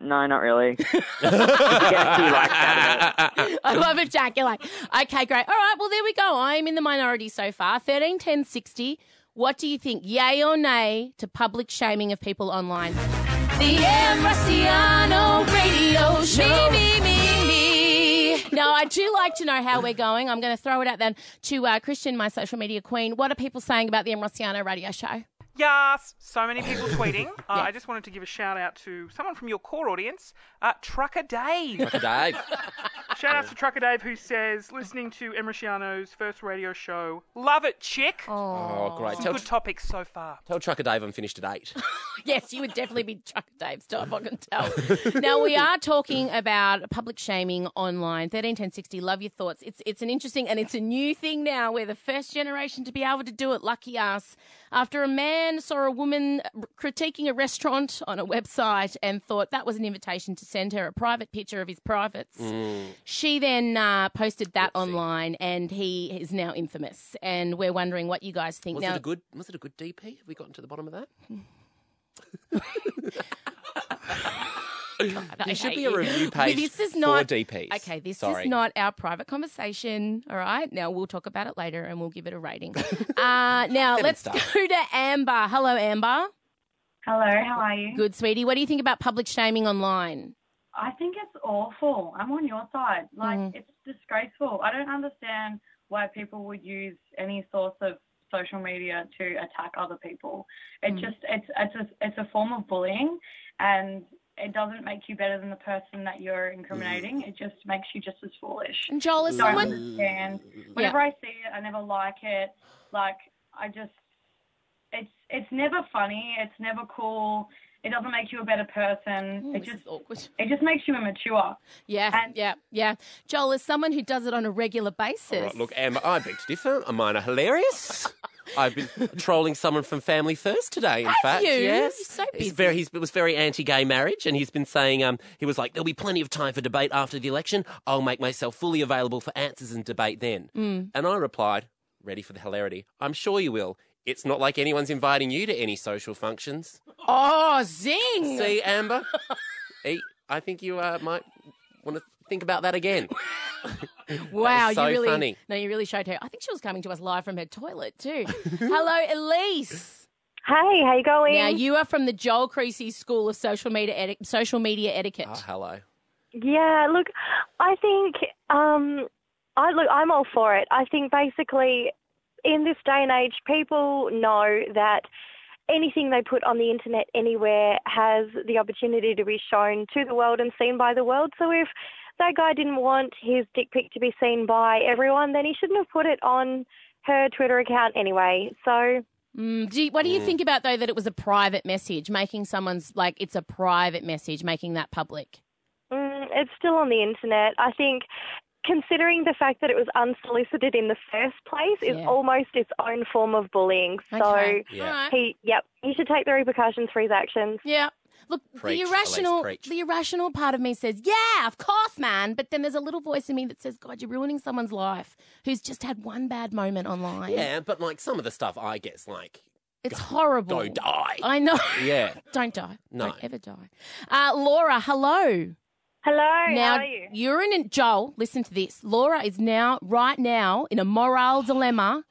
Speaker 11: No, not really. You get a few likes out of it.
Speaker 2: I love it, Jack. You're like, okay, great. All right, well, there we go. I'm in the minority so far. 13, 10, 60. What do you think? Yay or nay to public shaming of people online? The M. Rossiano Radio Show. Me, me, me, me. Now, I do like to know how we're going. I'm going to throw it out then to uh, Christian, my social media queen. What are people saying about the M. Rossiano Radio Show?
Speaker 7: Yes, so many people tweeting. Uh, I just wanted to give a shout out to someone from your core audience, uh, Trucker Dave.
Speaker 3: Dave.
Speaker 7: shout out to Trucker Dave who says, listening to Emriciano's first radio show, love it, chick.
Speaker 3: Oh, great. Tell,
Speaker 7: Good topics so far.
Speaker 3: tell Trucker Dave I'm finished at eight.
Speaker 2: Yes, you would definitely be Trucker Dave's type, I can tell. now, we are talking about public shaming online. 131060, love your thoughts. It's, it's an interesting and it's a new thing now. We're the first generation to be able to do it, lucky us. After a man saw a woman critiquing a restaurant on a website and thought that was an invitation to send her a private picture of his privates,
Speaker 3: Mm.
Speaker 2: she then uh, posted that online and he is now infamous. And we're wondering what you guys think.
Speaker 3: Was
Speaker 2: now, Hmm.
Speaker 3: it a good? Was it a good DP? Have we gotten to the bottom of that?
Speaker 2: I
Speaker 3: There should
Speaker 2: hate
Speaker 3: be a
Speaker 2: you.
Speaker 3: review
Speaker 2: But
Speaker 3: page
Speaker 2: this is not,
Speaker 3: for DPs.
Speaker 2: Okay, this
Speaker 3: Sorry.
Speaker 2: is not our private conversation. All right, now we'll talk about it later and we'll give it a rating. uh, now let's
Speaker 3: stars.
Speaker 2: go to Amber. Hello, Amber.
Speaker 12: Hello, how are you?
Speaker 2: Good, sweetie. What do you think about public shaming online?
Speaker 12: I think it's awful. I'm on your side. Like,
Speaker 2: Mm.
Speaker 12: it's disgraceful. I don't understand why people would use any source of social media to attack other people. It
Speaker 13: Mm.
Speaker 12: just it's it's a it's a form of bullying, and it doesn't make you better than the person that you're incriminating. It just makes you just as foolish.
Speaker 2: And Joel,
Speaker 12: I
Speaker 2: is
Speaker 12: don't
Speaker 2: someone-
Speaker 12: understand. Whenever I see it, I never like it. Like, I just it's it's never funny. It's never cool. It doesn't make you a better person. it
Speaker 2: this
Speaker 12: just
Speaker 2: is awkward.
Speaker 12: It just makes you immature.
Speaker 2: Yeah, yeah, yeah. Joel, is someone who does it on a regular basis,
Speaker 3: All right, look, Amber, I beg to differ. Mine are hilarious. I've been trolling someone from Family First today. In
Speaker 2: Have
Speaker 3: fact,
Speaker 2: you?
Speaker 3: yes,
Speaker 2: You're so
Speaker 3: He's
Speaker 2: busy.
Speaker 3: very, he's, it was very anti-gay marriage, and he's been saying um, he was like, "There'll be plenty of time for debate after the election. I'll make myself fully available for answers and debate then."
Speaker 2: Mm.
Speaker 3: And I replied, "Ready for the hilarity? I'm sure you will. It's not like anyone's inviting you to any social functions."
Speaker 2: Oh, zing!
Speaker 3: See, Amber, E- I think you uh, might want to think about that again.
Speaker 2: wow,
Speaker 3: was so
Speaker 2: you really
Speaker 3: funny.
Speaker 2: no, you really showed her. I think she was coming to us live from her toilet too. Hello, Elise.
Speaker 9: Hey, how you going?
Speaker 2: Now you are from the Joel Creasy School of Social Media Eti- Social Media Etiquette.
Speaker 3: Oh, hello.
Speaker 9: Yeah, look, I think um, I look, I'm all for it. I think basically, in this day and age, people know that anything they put on the internet anywhere has the opportunity to be shown to the world and seen by the world. So if that guy didn't want his dick pic to be seen by everyone, then he shouldn't have put it on
Speaker 13: her Twitter account anyway. So
Speaker 2: Mm, do you, what do you
Speaker 13: Mm.
Speaker 2: think about though that it was a private message, making someone's like it's a private message, making that public?
Speaker 13: mm, it's still on the internet. I think considering the fact that it was unsolicited in the first place is
Speaker 2: Yeah.
Speaker 13: almost its own form of bullying.
Speaker 2: Okay.
Speaker 13: So
Speaker 2: Yeah. Alright.
Speaker 13: he, yep, he should take the repercussions for his actions.
Speaker 2: Yeah. Look,
Speaker 13: Preach,
Speaker 2: the
Speaker 13: Elise,
Speaker 2: irrational,
Speaker 13: preach.
Speaker 2: the irrational part of me says, "Yeah, of course, man." But then there's a little voice in me that says, "God, you're ruining someone's life who's just had one bad moment online."
Speaker 3: Yeah, but like some of the stuff I get's like,
Speaker 2: it's horrible.
Speaker 3: go die.
Speaker 2: I know.
Speaker 3: Yeah.
Speaker 2: Don't die.
Speaker 3: No.
Speaker 2: Don't ever die. Uh, Laura, hello.
Speaker 13: Hello.
Speaker 2: Now
Speaker 13: how are you?
Speaker 2: are in a, Joel. Listen to this. Laura is now right now in a moral dilemma.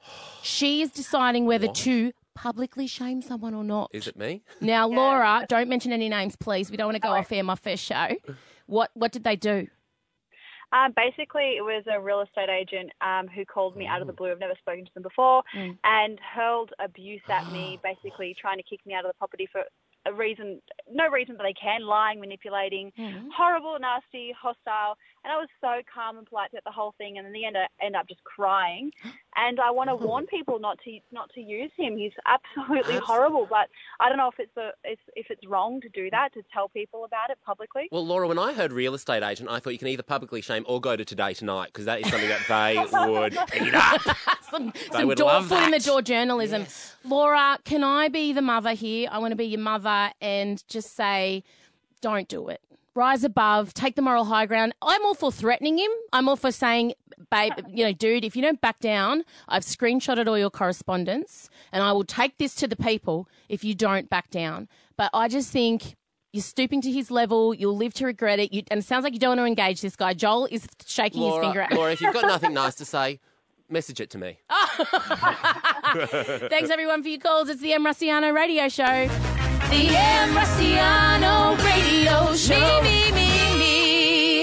Speaker 2: She is deciding whether
Speaker 3: What?
Speaker 2: to publicly shame someone or not.
Speaker 3: Is it me?
Speaker 2: Now, Laura, don't mention any names, please. We don't want
Speaker 13: Oh,
Speaker 2: to go off air. My first show. What What did they do?
Speaker 14: Uh, basically, it was a real estate agent um, who called me out of the blue. I've never spoken to them before,
Speaker 2: Mm.
Speaker 14: and hurled abuse at me, basically trying to kick me out of the property for a reason, no reason that they can, lying, manipulating,
Speaker 2: Mm.
Speaker 14: horrible, nasty, hostile. And I was so calm and polite throughout the whole thing, and in the end, I end up just crying. And I want to warn people not to not to use him. He's absolutely horrible. But I don't know if it's the if, if it's wrong to do that to tell people about it publicly.
Speaker 3: Well, Laura, when I heard real estate agent, I thought you can either publicly shame or go to today tonight because that is something that they would eat up.
Speaker 2: some
Speaker 3: They
Speaker 2: some
Speaker 3: would
Speaker 2: door
Speaker 3: love
Speaker 2: foot in the
Speaker 3: that.
Speaker 2: door journalism. Laura, can I be the mother here? I want to be your mother and just say, don't do it. Rise above, take the moral high ground. I'm all for threatening him. I'm all for saying, babe, you know, dude, if you don't back down, I've screenshotted all your correspondence and I will take this to the people if you don't back down. But I just think you're stooping to his level. You'll live to regret it. You, and it sounds like you don't want to engage this guy. Joel is shaking his finger
Speaker 3: Laura,
Speaker 2: at me.
Speaker 3: Laura, if you've got nothing nice to say, message it to me.
Speaker 2: Thanks everyone for your calls. It's the M Rossiano Radio Show. The M Rossiano
Speaker 15: Radio Show.
Speaker 2: Me, me, me,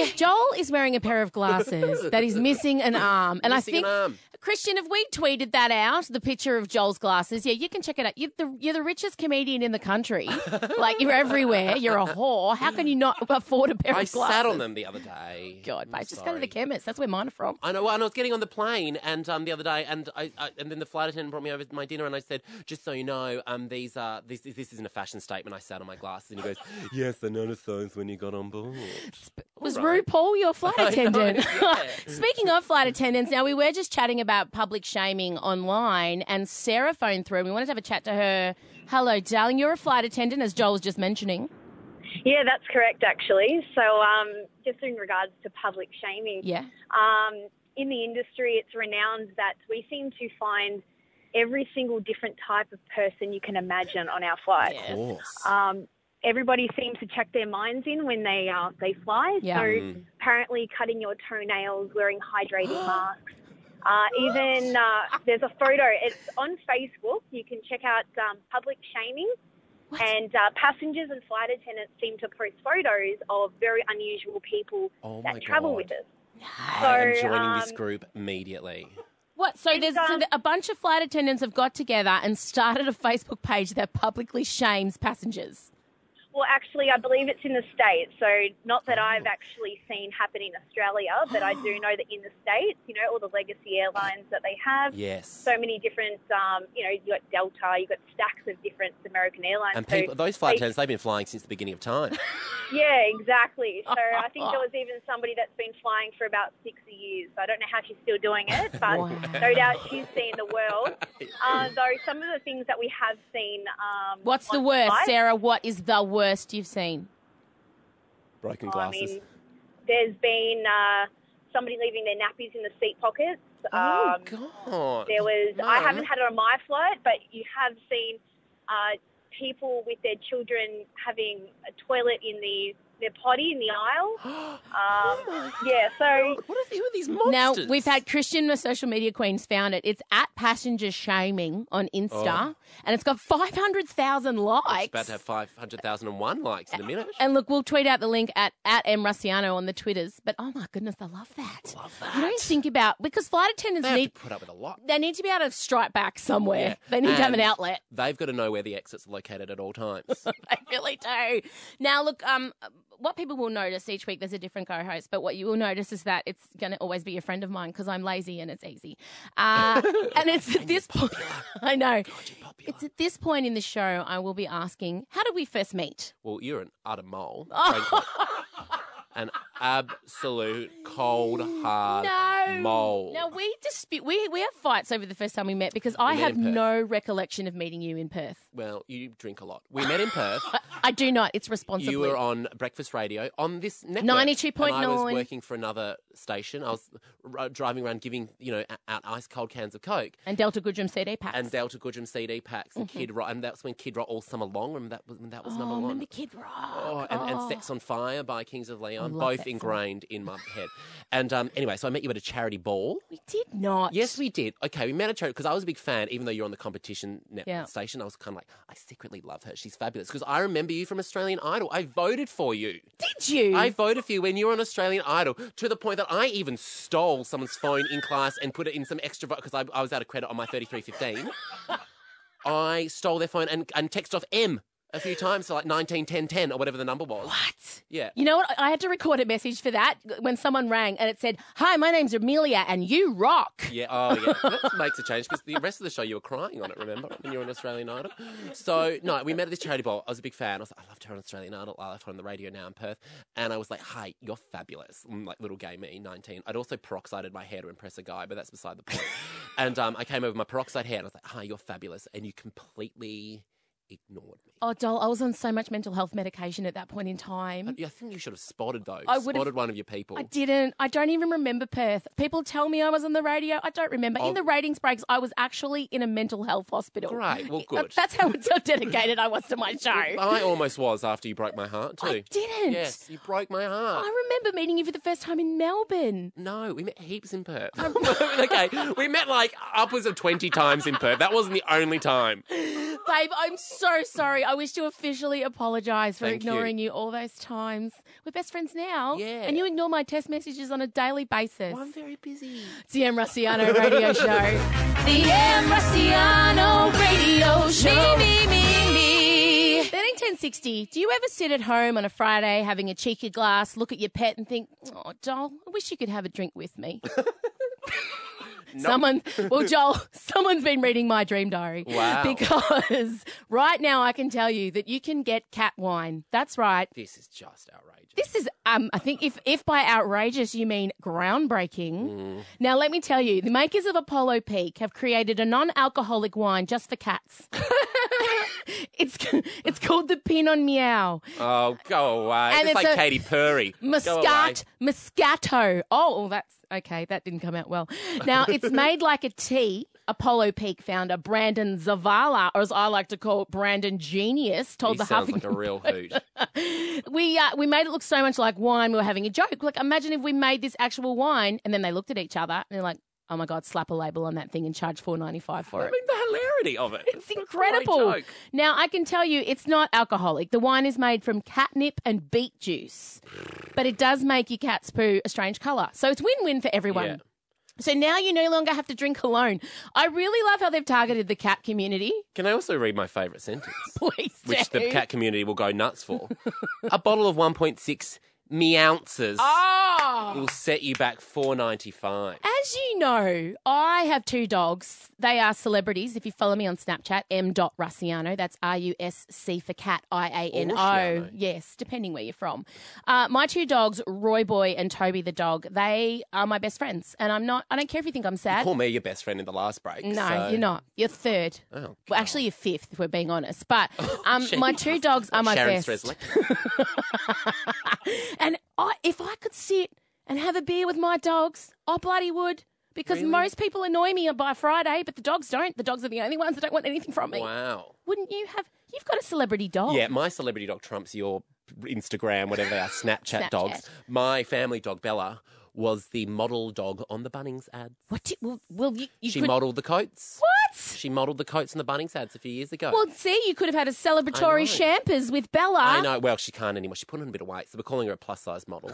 Speaker 2: me. Joel is wearing a pair of glasses that is missing an arm, and
Speaker 15: Missing
Speaker 2: I think
Speaker 15: an arm.
Speaker 2: Christian, if we tweeted that out, the picture of Joel's glasses, yeah, you can check it out. You're the, you're the richest comedian in the country. like you're everywhere. You're a whore. How can you not afford a pair
Speaker 3: I
Speaker 2: of glasses?
Speaker 3: sat on them the other day.
Speaker 2: God, mate, just go to
Speaker 3: sorry.
Speaker 2: the chemist. That's where mine are from.
Speaker 3: I know. well, And I was getting on the plane, and um, the other day, and I, I, and then the flight attendant brought me over my dinner, and I said, "Just so you know, um, these are this this isn't a fashion statement." I sat on my glasses, and he goes, "Yes, I noticed those when you got on board."
Speaker 2: Was
Speaker 3: All right.
Speaker 2: RuPaul your flight
Speaker 3: I know,
Speaker 2: attendant? Speaking of flight attendants, now we were just chatting about public shaming online, and Sarah phoned through, and we wanted to have a chat to her. Hello, darling. You're a flight attendant, as Joel was just mentioning.
Speaker 15: Yeah, that's correct, actually. So, um, just in regards to public shaming,
Speaker 2: Yeah.
Speaker 15: um, in the industry, it's renowned that we seem to find every single different type of person you can imagine on our flights.
Speaker 2: Of course.
Speaker 15: Um, everybody seems to check their minds in when they uh, they fly.
Speaker 2: Yeah.
Speaker 15: So,
Speaker 2: Mm.
Speaker 15: apparently, cutting your toenails, wearing hydrating masks. Uh, even uh, there's a photo. It's on Facebook. You can check out um, public shaming, and uh, passengers and flight attendants seem to post photos of very unusual people
Speaker 3: Oh my
Speaker 15: that travel
Speaker 3: God.
Speaker 15: with us.
Speaker 3: I am
Speaker 15: So,
Speaker 3: joining this
Speaker 15: um,
Speaker 3: group immediately.
Speaker 2: What? So there's so a bunch of flight attendants have got together and started a Facebook page that publicly shames passengers.
Speaker 15: Well, actually, I believe it's in the States. So, not
Speaker 3: Oh.
Speaker 15: that I've actually seen happen in Australia, but I do know that in the States, you know, all the legacy airlines that they have.
Speaker 3: Yes.
Speaker 15: So many different, um, you know, you've got Delta, you've got stacks of different American airlines.
Speaker 3: And
Speaker 15: So
Speaker 3: people, those flight
Speaker 15: they-
Speaker 3: attendants, they've been flying since the beginning of time.
Speaker 15: Yeah, exactly. So, I think there was even somebody that's been flying for about 60 years. I don't know how she's still doing it, but
Speaker 2: Wow.
Speaker 15: no doubt she's seen the world. Uh, though, some of the things that we have seen. Um,
Speaker 2: What's the
Speaker 15: on
Speaker 2: worst,
Speaker 15: flights-
Speaker 2: Sarah? What is the worst you've seen?
Speaker 3: Broken
Speaker 15: I
Speaker 3: glasses.
Speaker 15: mean, there's been uh, somebody leaving their nappies in the seat pockets.
Speaker 3: Oh,
Speaker 15: Um,
Speaker 3: God.
Speaker 15: There was. I
Speaker 3: No.
Speaker 15: haven't had it on my flight, but you have seen uh, people with their children having a toilet in the their potty in the aisle.
Speaker 2: Oh
Speaker 15: Um, yeah. So
Speaker 3: what are, who are these
Speaker 2: Now we've had Christian, the social media queen's, found it. It's at passenger shaming on Insta,
Speaker 3: Oh.
Speaker 2: and it's got five hundred thousand
Speaker 3: It's
Speaker 2: likes.
Speaker 3: about to have 500,001 likes in a minute.
Speaker 2: And look, we'll tweet out the link at, at M. Rossiano on the Twitters. But oh my goodness, I love that. Love that. You don't think about because flight attendants
Speaker 3: They have to
Speaker 2: need
Speaker 3: put up with a lot.
Speaker 2: they need to be able to strike back somewhere.
Speaker 3: Yeah.
Speaker 2: They need to have an
Speaker 3: And
Speaker 2: outlet.
Speaker 3: They've got to know where the exits are located at all times.
Speaker 2: They really do. Now look, um what people will notice each week, there's a different co-host, but what you will notice is that it's going to always be a friend of mine because I'm lazy and it's easy. Uh, and it's at this point, I know. it's at this point in the show, I will be asking, how did we first meet?
Speaker 3: Well, you're an utter mole.
Speaker 2: Oh.
Speaker 3: An absolute cold, hard
Speaker 2: No.
Speaker 3: mole.
Speaker 2: Now we dispute. We we have fights over the first time we met because I
Speaker 3: met
Speaker 2: have
Speaker 3: in Perth.
Speaker 2: no recollection of meeting you in Perth.
Speaker 3: Well, you drink a lot. We met in Perth.
Speaker 2: I do not. It's responsibly.
Speaker 3: You were on breakfast radio on this network.
Speaker 2: 92.9.
Speaker 3: And I was working for another station. I was r- driving around giving, you know, a- out ice cold cans of Coke.
Speaker 2: and Delta Goodrum CD packs.
Speaker 3: And Delta Goodrum CD packs and
Speaker 2: Mhm.
Speaker 3: Kid Rock, and that's when Kid Rock all summer long. Remember that was when that was
Speaker 2: oh,
Speaker 3: number one.
Speaker 2: remember Kid Rock?
Speaker 3: Oh, and, and
Speaker 2: Oh.
Speaker 3: Sex on Fire by Kings of Leon,
Speaker 2: love
Speaker 3: both
Speaker 2: that song.
Speaker 3: ingrained in my head. And um, anyway, so I met you at a charity ball.
Speaker 2: We did not.
Speaker 3: Yes, we did. Okay, we met at charity because I was a big fan, even though you're on the competition net
Speaker 2: Yeah.
Speaker 3: station. I was kind of like, I secretly love her. She's fabulous because I remember you from Australian Idol. I voted for you.
Speaker 2: Did you?
Speaker 3: I voted for you when you were on Australian Idol to the point that I even stole someone's phone in class and put it in some extra because I, I was out of credit on my 3315. I stole their phone and, and text off M a few times, so like 19, 10, 10 or whatever the number was.
Speaker 2: What?
Speaker 3: Yeah.
Speaker 2: You know what? I had to record a message for that when someone rang and it said, "Hi, my name's Amelia, and you rock."
Speaker 3: Yeah, oh yeah. That makes a change because the rest of the show you were crying on it, remember, when you were on Australian Idol. So, no, we met at this charity ball. I was a big fan. I was like, I loved her on Australian Idol. I love her on the radio now in Perth. And I was like, hey, you're fabulous. Mm, Like little gay me, 19. I'd also peroxided my hair to impress a guy, but that's beside the point. and um, I came over with my peroxide hair and I was like, hi, you're fabulous. And you completely ignored me.
Speaker 2: Oh, doll, I was on so much mental health medication at that point in time.
Speaker 3: I think you should have spotted those.
Speaker 2: I would've-
Speaker 3: spotted one of your people.
Speaker 2: I didn't. I don't even remember Perth. People tell me I was on the radio. I don't remember.
Speaker 3: Oh.
Speaker 2: In the ratings breaks, I was actually in a mental health hospital.
Speaker 3: Great. Well,
Speaker 2: Uh,
Speaker 3: good.
Speaker 2: That's how, that's how dedicated I was to my show.
Speaker 3: I almost was after you broke my heart, too. I
Speaker 2: didn't.
Speaker 3: Yes, you broke my heart.
Speaker 2: I remember meeting you for the first time in Melbourne.
Speaker 3: No, we met heaps in Perth. okay, we met like upwards of 20 times in Perth. That wasn't the only time.
Speaker 2: Babe, I'm so sorry. I wish to officially apologise for
Speaker 3: Thank you.
Speaker 2: ignoring you. all those times. We're best friends now.
Speaker 3: Yeah.
Speaker 2: And you ignore my text messages on a daily basis.
Speaker 3: I'm very busy.
Speaker 2: It's the M. Rossiano Radio Show. The M. Rossiano Radio Show. Me, me, me, me. 131060, do you ever sit at home on a Friday having a cheeky glass, look at your pet and think, oh, doll, I wish you could have a drink with me? Someone, well, Joel, someone's been reading my dream diary.
Speaker 3: Wow.
Speaker 2: Because right now I can tell you that you can get cat wine. That's right.
Speaker 3: This is just outrageous.
Speaker 2: This is, um, I think, if, if by outrageous you mean groundbreaking,
Speaker 3: Mm.
Speaker 2: now, let me tell you, the makers of Apollo Peak have created a non-alcoholic wine just for cats. it's it's called the Pinot Meow.
Speaker 3: Oh, go away.
Speaker 2: And
Speaker 3: it's,
Speaker 2: it's
Speaker 3: like
Speaker 2: a-
Speaker 3: Katy Perry. Go away.
Speaker 2: Muscat, Moscato. Oh, well, that's okay. That didn't come out well. Now, it's made like a tea. Apollo Peak founder Brandon Zavala, or as I like to call it, Brandon Genius, told
Speaker 3: He
Speaker 2: the
Speaker 3: sounds
Speaker 2: Huffington
Speaker 3: like a real hoot.
Speaker 2: we uh, we made it look so much like wine. We were having a joke. Like, imagine if we made this actual wine, and then they looked at each other and they're like, "Oh my god, slap a label on that thing and charge four ninety five for
Speaker 3: I
Speaker 2: it."
Speaker 3: mean, the hilarity of it. It's
Speaker 2: Incredible. Now I can tell you, it's not alcoholic. The wine is made from catnip and beet juice, but it does make your cat's poo a strange color. So it's win win for everyone.
Speaker 3: Yeah.
Speaker 2: So now you no longer have to drink alone. I really love how they've targeted the cat community.
Speaker 3: Can I also read my favourite sentence?
Speaker 2: Please
Speaker 3: Which
Speaker 2: do.
Speaker 3: the cat community will go nuts for. a bottle of 1.6 meounces
Speaker 2: Oh.
Speaker 3: will set you back 4.95.
Speaker 2: As you know, I have two dogs. They are celebrities. If you follow me on Snapchat, m.russiano, that's R U S C for cat, I A N
Speaker 16: Or
Speaker 2: O.
Speaker 16: Russiano.
Speaker 2: Yes, depending where you're from. Uh, my two dogs, Roy Boy and Toby the dog, they are my best friends. And I'm not, I don't care if you think I'm sad.
Speaker 3: Call me your best friend in the last break.
Speaker 2: No,
Speaker 3: so-
Speaker 2: you're not. You're third.
Speaker 3: Oh,
Speaker 2: Well, actually, you're fifth, if we're being honest. But um, my
Speaker 3: Jeez.
Speaker 2: two dogs are my
Speaker 3: Sharon
Speaker 2: best.
Speaker 3: Sreslak.
Speaker 2: And I, if I could sit and have a beer with my dogs, I bloody would. Because most people annoy me by Friday, but the dogs don't. The dogs are the only ones that don't want anything from me.
Speaker 3: Wow.
Speaker 2: Wouldn't you have? You've got a celebrity dog.
Speaker 3: Yeah, my celebrity dog trumps your Instagram, whatever they are, Snapchat,
Speaker 2: Snapchat.
Speaker 3: dogs. My family dog, Bella, was the model dog on the Bunnings ads.
Speaker 2: What? Did, well, well, you, you
Speaker 3: she
Speaker 2: could.
Speaker 3: modelled the coats.
Speaker 2: What?
Speaker 3: She modelled the coats in the Bunnings ads a few years ago.
Speaker 2: Well, see, you could have had a celebratory champers with Bella.
Speaker 3: I know. Well, she can't anymore. She put on a bit of weight, so we're calling her a plus size model.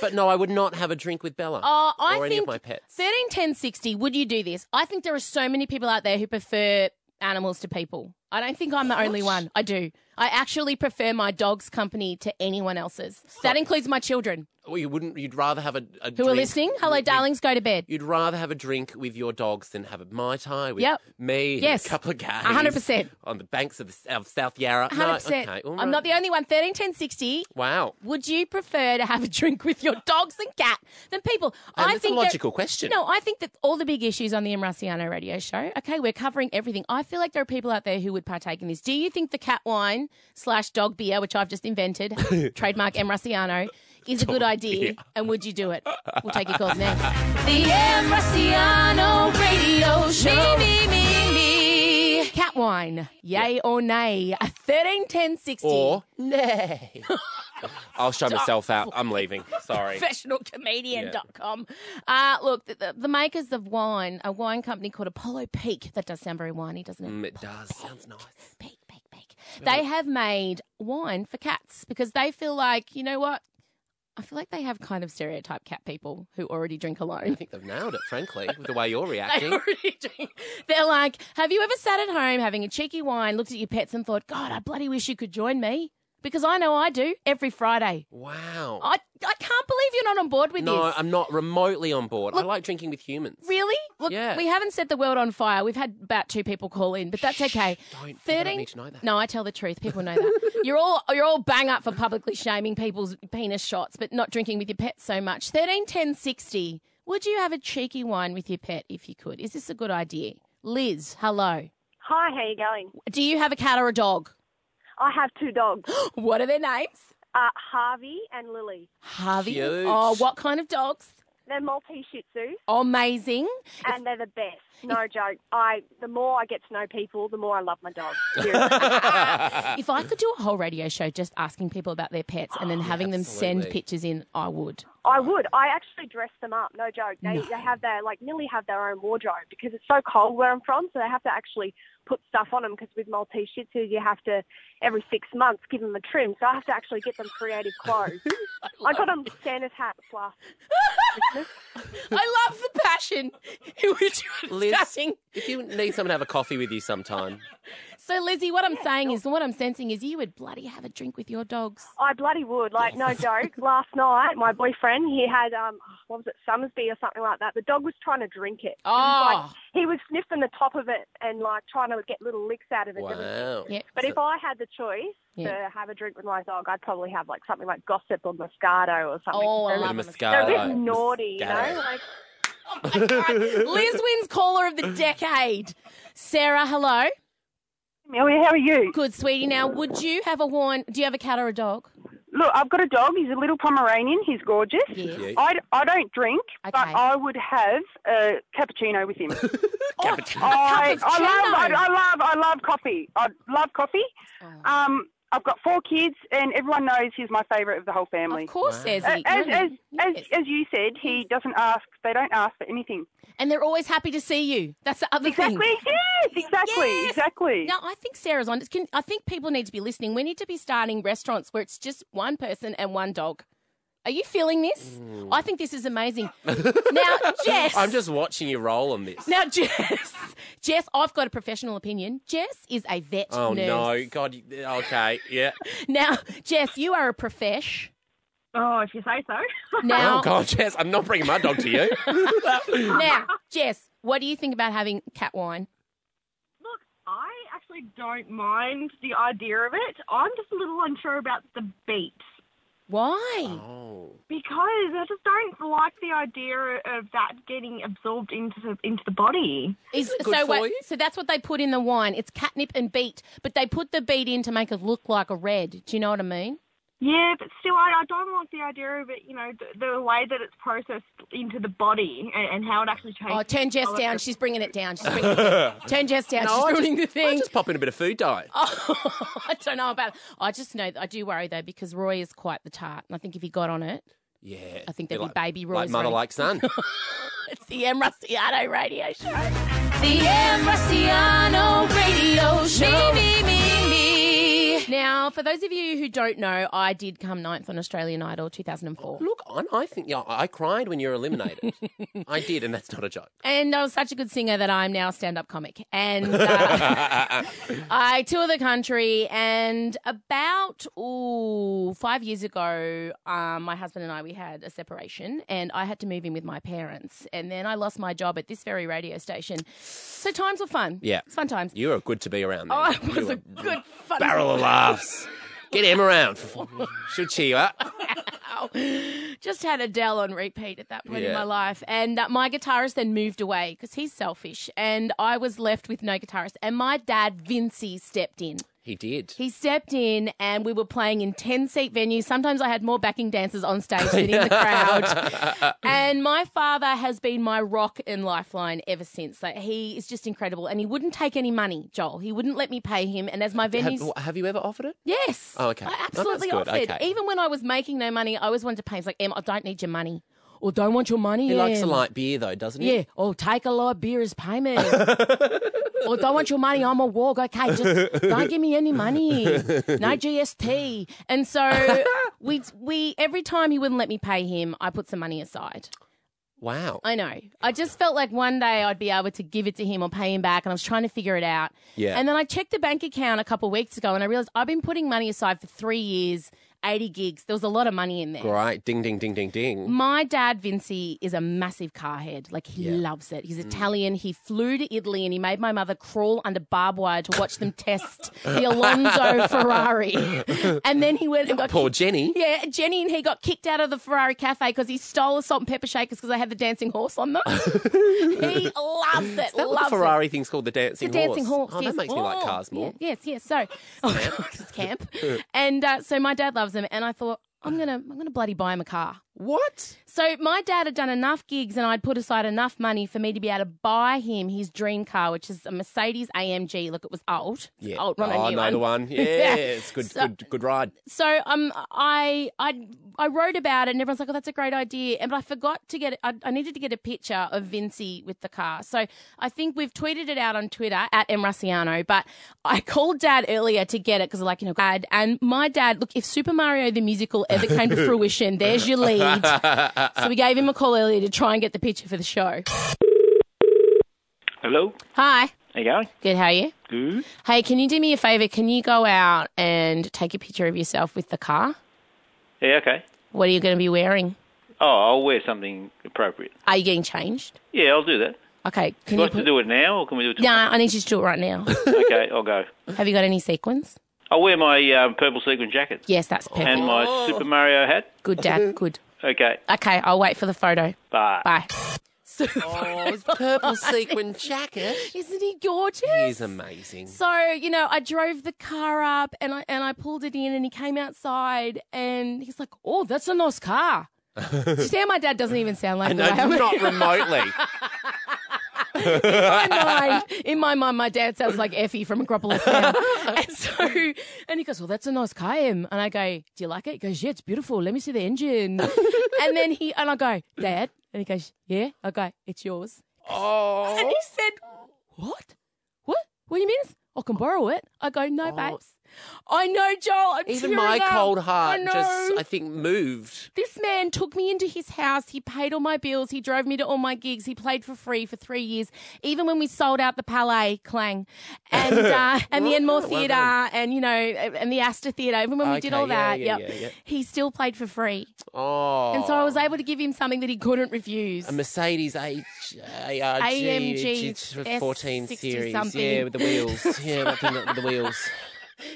Speaker 3: but no, I would not have a drink with Bella
Speaker 2: Uh, I
Speaker 3: or any
Speaker 2: think
Speaker 3: of my pets.
Speaker 2: Thirteen ten sixty. Would you do this? I think there are so many people out there who prefer animals to people. I don't think I'm the only one. I do. I actually prefer my dog's company to anyone else's. That includes my children.
Speaker 3: Well, you wouldn't. You'd rather have a, a
Speaker 2: Who are
Speaker 3: drink-
Speaker 2: listening? Hello, darlings, go to bed.
Speaker 3: You'd rather have a drink with your dogs than have a mai tai with
Speaker 2: Yep.
Speaker 3: me. and
Speaker 2: Yes.
Speaker 3: a couple of guys.
Speaker 2: 100%.
Speaker 3: on the banks of, the, of South Yarra.
Speaker 2: 100%.
Speaker 3: No, okay, all
Speaker 2: I'm
Speaker 3: right.
Speaker 2: not the only one. 13, 10, 60.
Speaker 3: Wow.
Speaker 2: Would you prefer to have a drink with your dogs and cat than people?
Speaker 3: And
Speaker 2: I
Speaker 3: it's a
Speaker 2: think that-
Speaker 3: logical question.
Speaker 2: No, I think that all the big issues on the Emraciano radio show. Okay, we're covering everything. I feel like there are people out there who would partake in this. Do you think the cat wine slash dog beer, which I've just invented, trademark Emraciano, is a good idea? And would you do it? We'll take your calls next. The Emraciano Radio Show. Me, me, me, me. Cat wine, yay or nay? Thirteen, ten, sixty.
Speaker 3: Or nay. I'll show
Speaker 2: Stop.
Speaker 3: myself out. I'm leaving. Sorry.
Speaker 2: professionalcomedian.com. Uh, look, the, the, the makers of wine, a wine company called Apollo Peak. That does sound very winey, doesn't it?
Speaker 3: Mm, it does. Sounds nice.
Speaker 2: They have made wine for cats because they feel like, you know what? I feel like they have kind of stereotyped cat people who already drink
Speaker 3: I
Speaker 2: alone.
Speaker 3: think they've nailed it, frankly, with the way you're
Speaker 2: They
Speaker 3: reacting.
Speaker 2: already drink. They're like, have you ever sat at home having a cheeky wine, looked at your pets, and thought, God, I bloody wish you could join me? Because I know I do every Friday.
Speaker 3: Wow.
Speaker 2: I, I can't believe you're not on board with
Speaker 3: no,
Speaker 2: this.
Speaker 3: I'm not remotely on board. I like drinking with humans.
Speaker 2: Really? Look,
Speaker 3: Yeah.
Speaker 2: we haven't set the world on fire. We've had about two people call in, but that's okay.
Speaker 3: Don't, people
Speaker 2: 13
Speaker 3: don't need to know that.
Speaker 2: No, I tell the truth. People know that. you're all you're all bang up for publicly shaming people's penis shots, but not drinking with your pet so much. 13 10 60. Would you have a cheeky wine with your pet if you could? Is this a good idea? Liz, hello.
Speaker 15: Hi, how you going?
Speaker 2: Do you have a cat or a dog?
Speaker 15: I have two dogs.
Speaker 2: what are their names?
Speaker 15: Uh, Harvey and Lily.
Speaker 2: Harvey.
Speaker 15: Cute.
Speaker 2: Oh, what kind of dogs? Oh.
Speaker 15: They're Maltese Shih Tzus.
Speaker 2: Amazing.
Speaker 15: and they're the best. No joke. I the more I get to know people, the more I love my dog.
Speaker 3: Ah.
Speaker 2: If I could do a whole radio show just asking people about their pets and then having them send
Speaker 15: absolutely.
Speaker 2: pictures in, I would.
Speaker 15: I would. I actually dress them up. No joke. They
Speaker 2: No.
Speaker 15: they have their like nearly have their own wardrobe because it's so cold where I'm from, so they have to actually put stuff on them because with Maltese Shih Tzus you have to every six months give them a trim. So I have to actually get them creative clothes. I got them Santa's hats last.
Speaker 2: I love the passion in which you're
Speaker 3: Liz,
Speaker 2: discussing.
Speaker 3: if you need someone to have a coffee with you sometime,
Speaker 2: So, Lizzie, what I'm saying is, what I'm sensing is, you would bloody have a drink with your dogs.
Speaker 15: I bloody would. Like, no joke. Last night, my boyfriend, he had, um, what was it, Summersby or something like that. The dog was trying to drink it. He was, like-
Speaker 2: Oh.
Speaker 15: he was sniffing the top of it and, like, trying to get little licks out of it. and everything.
Speaker 3: wow.
Speaker 15: But if I had the choice
Speaker 3: Yeah.
Speaker 15: to have a drink with my dog, I'd probably have, like, something like Gossip or Moscato or something.
Speaker 2: Oh, I
Speaker 15: They're-
Speaker 2: love a
Speaker 15: They're a
Speaker 3: Moscato.
Speaker 15: bit naughty, you know?
Speaker 3: Moscato.
Speaker 15: Like,
Speaker 2: Oh Liz wins caller of the decade. Sarah, hello.
Speaker 16: Millie, how are you?
Speaker 2: Good, sweetie. Now, would you have a wine? Do you have a cat or a dog?
Speaker 16: Look, I've got a dog. He's a little Pomeranian. He's gorgeous.
Speaker 2: Yes.
Speaker 16: I, I don't drink, but
Speaker 2: Okay.
Speaker 16: I would have a cappuccino with him.
Speaker 3: Cappuccino.
Speaker 16: I, I
Speaker 2: Cappuccino.
Speaker 16: love, I, I love, I love coffee. I love coffee.
Speaker 2: Oh.
Speaker 16: Um, I've got four kids, and everyone knows he's my favourite of the whole family.
Speaker 2: Of course, Wow. Ezzy.
Speaker 16: Uh, As,
Speaker 2: You're
Speaker 16: as,
Speaker 2: in-
Speaker 16: as, as you said, he doesn't ask. They don't ask for anything.
Speaker 2: And they're always happy to see you. That's the other
Speaker 16: Exactly.
Speaker 2: thing.
Speaker 16: Yes, exactly, exactly.
Speaker 2: No, I think Sarah's on. Can, I think people need to be listening. We need to be starting restaurants where it's just one person and one dog. Are you feeling this? I think this is amazing. now, Jess.
Speaker 3: I'm just watching you roll on this.
Speaker 2: Now, Jess. Jess, I've got a professional opinion. Jess is a vet
Speaker 3: Oh
Speaker 2: nurse.
Speaker 3: no, God. you- Okay, yeah.
Speaker 2: Now, Jess, you are a profesh.
Speaker 15: Oh, if you say so.
Speaker 2: Now,
Speaker 3: oh God, Jess, I'm not bringing my dog to you.
Speaker 2: now, Jess, what do you think about having cat wine?
Speaker 17: Look, I actually don't mind the idea of it. I'm just a little unsure about the beat
Speaker 2: Why?
Speaker 3: Oh.
Speaker 17: because I just don't like the idea of that getting absorbed into the into the body.
Speaker 2: Is, so wait- so that's what they put in the wine. It's catnip and beet, but they put the beet in to make it look like a red. Do you know what I mean?
Speaker 17: Yeah, but still, I, I don't like the idea of it. You know, the, the way that it's processed into the body and, and how it actually changes.
Speaker 2: Oh, turn Jess
Speaker 17: colour.
Speaker 2: down. She's bringing it down. She's bringing it down. Turn Jess down.
Speaker 3: No,
Speaker 2: She's
Speaker 3: I
Speaker 2: ruining
Speaker 3: just,
Speaker 2: the thing. Oh.
Speaker 3: I just pop in a bit of food diet.
Speaker 2: I don't know about it. I just know, I do worry though, because Roy is quite the tart. And I think if he got on it,
Speaker 3: Yeah.
Speaker 2: I think there'd be
Speaker 3: like-
Speaker 2: baby
Speaker 3: Like
Speaker 2: Roy's
Speaker 3: mother
Speaker 2: ready.
Speaker 3: like son.
Speaker 2: it's the M. Rustiano radio show. The M. Rustiano radio show. Me, me, me, me. Now, for those of you who don't know, I did come ninth on Australian Idol 2004.
Speaker 3: Look, And I think, yeah, I cried when you were eliminated. I did, and that's not a joke.
Speaker 2: And I was such a good singer that I'm now a stand up comic. And uh, I tour the country, and about ooh, five years ago, um, my husband and I we had a separation, and I had to move in with my parents, and then I lost my job at this very radio station. So times were fun.
Speaker 3: yeah.
Speaker 2: it's fun times.
Speaker 3: You were good to be around.
Speaker 2: Oh,
Speaker 3: Then.
Speaker 2: it
Speaker 3: You
Speaker 2: was
Speaker 3: were
Speaker 2: a good fun
Speaker 3: barrel of laughs. Get him around. Should cheer you up.
Speaker 2: Just had Adele on repeat at that point in
Speaker 3: Yeah.
Speaker 2: my life. And uh, my guitarist then moved away because he's selfish. And I was left with no guitarist. And my dad, Vincey, stepped in.
Speaker 3: He did.
Speaker 2: He stepped in and we were playing in 10 seat venues. Sometimes I had more backing dancers on stage than in the crowd. And my father has been my rock and lifeline ever since. Like he is just incredible. And he wouldn't take any money, Joel. He wouldn't let me pay him. And as my venues.
Speaker 3: have, have you ever offered it?
Speaker 2: Yes.
Speaker 3: Oh, okay.
Speaker 2: I absolutely
Speaker 3: oh, that's good.
Speaker 2: offered.
Speaker 3: Okay.
Speaker 2: Even when I was making no money, I always wanted to pay. He's like, Em, I don't need your money. Or don't want your money.
Speaker 3: he likes a
Speaker 2: Em."
Speaker 3: light beer, though, doesn't he?
Speaker 2: Yeah. Oh, take a lot of beer as payment. or don't want your money. I'm a walk. Okay, just don't give me any money. No GST. And so we we every time he wouldn't let me pay him, I put some money aside.
Speaker 3: Wow.
Speaker 2: I know. I just felt like one day I'd be able to give it to him or pay him back, and I was trying to figure it out.
Speaker 3: Yeah.
Speaker 2: And then I checked the bank account a couple of weeks ago, and I realized I've been putting money aside for three years, eighty gigs. There was a lot of money in there.
Speaker 3: Great. Ding, ding, ding, ding, ding.
Speaker 2: My dad, Vincey, is a massive car head. Like, he
Speaker 3: Yeah.
Speaker 2: loves it. He's
Speaker 3: Mm.
Speaker 2: Italian. He flew to Italy and he made my mother crawl under barbed wire to watch them test the Alonso Ferrari. And then he went and got.
Speaker 3: Poor Jenny.
Speaker 2: Yeah, Jenny and he got kicked out of the Ferrari cafe because he stole the salt and pepper shakers because they had the dancing horse on them. he loves it.
Speaker 3: Is that what
Speaker 2: loves
Speaker 3: the
Speaker 2: it.
Speaker 3: Ferrari thing's called? The dancing
Speaker 2: The dancing horse.
Speaker 3: Oh,
Speaker 2: yes.
Speaker 3: that makes me like
Speaker 2: Oh,
Speaker 3: cars more.
Speaker 2: yeah, yes, yes. So, oh, God, it's camp. And uh, so my dad loves them, and I thought I'm gonna I'm gonna bloody buy him a car.
Speaker 3: What?
Speaker 2: So my dad had done enough gigs, and I'd put aside enough money for me to be able to buy him his dream car, which is a Mercedes AMG. Look, it was old. It's
Speaker 3: Yeah.
Speaker 2: old, not
Speaker 3: oh,
Speaker 2: a new
Speaker 3: no, the one. Yeah, it's good,
Speaker 2: So-
Speaker 3: good, good ride.
Speaker 2: so um, I I I wrote about it, and everyone's like, "Oh, that's a great idea," and but I forgot to get I, I needed to get a picture of Vincey with the car. So I think we've tweeted it out on Twitter at mrussiano. But I called Dad earlier to get it because like you know, Dad and my dad. Look, if Super Mario the musical ever came to fruition, there's your lead. So we gave him a call earlier to try and get the picture for the show.
Speaker 18: Hello.
Speaker 2: Hi,
Speaker 18: How you going?
Speaker 2: good. How are you?
Speaker 18: Good.
Speaker 2: Hey, can you do me a favor? Can you go out and take a picture of yourself with the car?
Speaker 18: Yeah. Okay.
Speaker 2: What are you going to be wearing?
Speaker 18: Oh, I'll wear something appropriate.
Speaker 2: Are you getting changed?
Speaker 18: Yeah, I'll do that.
Speaker 2: Okay.
Speaker 18: Do you
Speaker 2: Can you
Speaker 18: want to
Speaker 2: put...
Speaker 18: do it now, or can we do it?
Speaker 2: Nah, I need you to do it right now.
Speaker 18: tomorrow? okay, I'll go.
Speaker 2: Have you got any sequins?
Speaker 18: I'll wear my um, purple sequin jacket.
Speaker 2: Yes, that's perfect.
Speaker 18: And my Super Mario hat.
Speaker 2: Good, Dad. Good.
Speaker 18: Okay.
Speaker 2: Okay, I'll wait for the photo.
Speaker 18: Bye.
Speaker 2: Bye.
Speaker 3: Oh, his purple sequin jacket.
Speaker 2: Isn't he gorgeous?
Speaker 3: He's amazing.
Speaker 2: So you know, I drove the car up and I and I pulled it in, and he came outside, and he's like, "Oh, that's a nice car." Did you see how my dad doesn't even sound like
Speaker 3: and
Speaker 2: that?
Speaker 3: no, not remotely.
Speaker 2: in my mind, in my mind, my dad sounds like Effie from Acropolis. Now. and so, and he goes, "Well, that's a nice car, Em." And I go, "Do you like it?" He goes, "Yeah, it's beautiful. Let me see the engine." and then he and I go, "Dad," and he goes, "Yeah." I go, "It's yours."
Speaker 3: Oh.
Speaker 2: And he said, "What? What? What do you mean? it's- I can borrow it?" I go, "No, babes." I know, Joel. I'm
Speaker 3: Oh. Even
Speaker 2: tearing
Speaker 3: my
Speaker 2: up.
Speaker 3: cold heart
Speaker 2: I know.
Speaker 3: just, I think, moved.
Speaker 2: This man took me into his house. He paid all my bills. He drove me to all my gigs. He played for free for three years, even when we sold out the Palais Clang and uh, and the Enmore
Speaker 19: Well
Speaker 2: Theatre
Speaker 19: done.
Speaker 2: and you know and the Astor Theatre. Even when we did
Speaker 19: Okay,
Speaker 2: all
Speaker 19: yeah,
Speaker 2: that,
Speaker 19: yeah,
Speaker 2: yep,
Speaker 19: yeah, yeah.
Speaker 2: he still played for free.
Speaker 3: Oh.
Speaker 2: And so I was able to give him something that he couldn't refuse.
Speaker 3: A Mercedes H A R G
Speaker 2: AMG
Speaker 3: G- 14
Speaker 2: S60
Speaker 3: series.
Speaker 2: something.
Speaker 3: Yeah, with the wheels. Yeah, that thing with the wheels.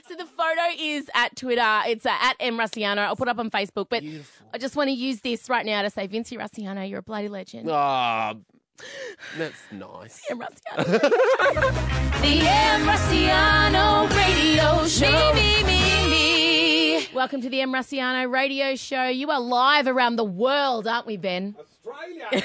Speaker 2: So the photo is at Twitter. It's uh, at M Russiano. I'll put it up on Facebook. But I just want to use this right now to say, Vinci Russiano, you're a bloody legend.
Speaker 3: Ah, that's nice.
Speaker 2: M. The M. Rossiano Radio Show. Me, me, me, me. Welcome to the M. Rossiano Radio Show. You are live around the world, aren't we, Ben? Australia.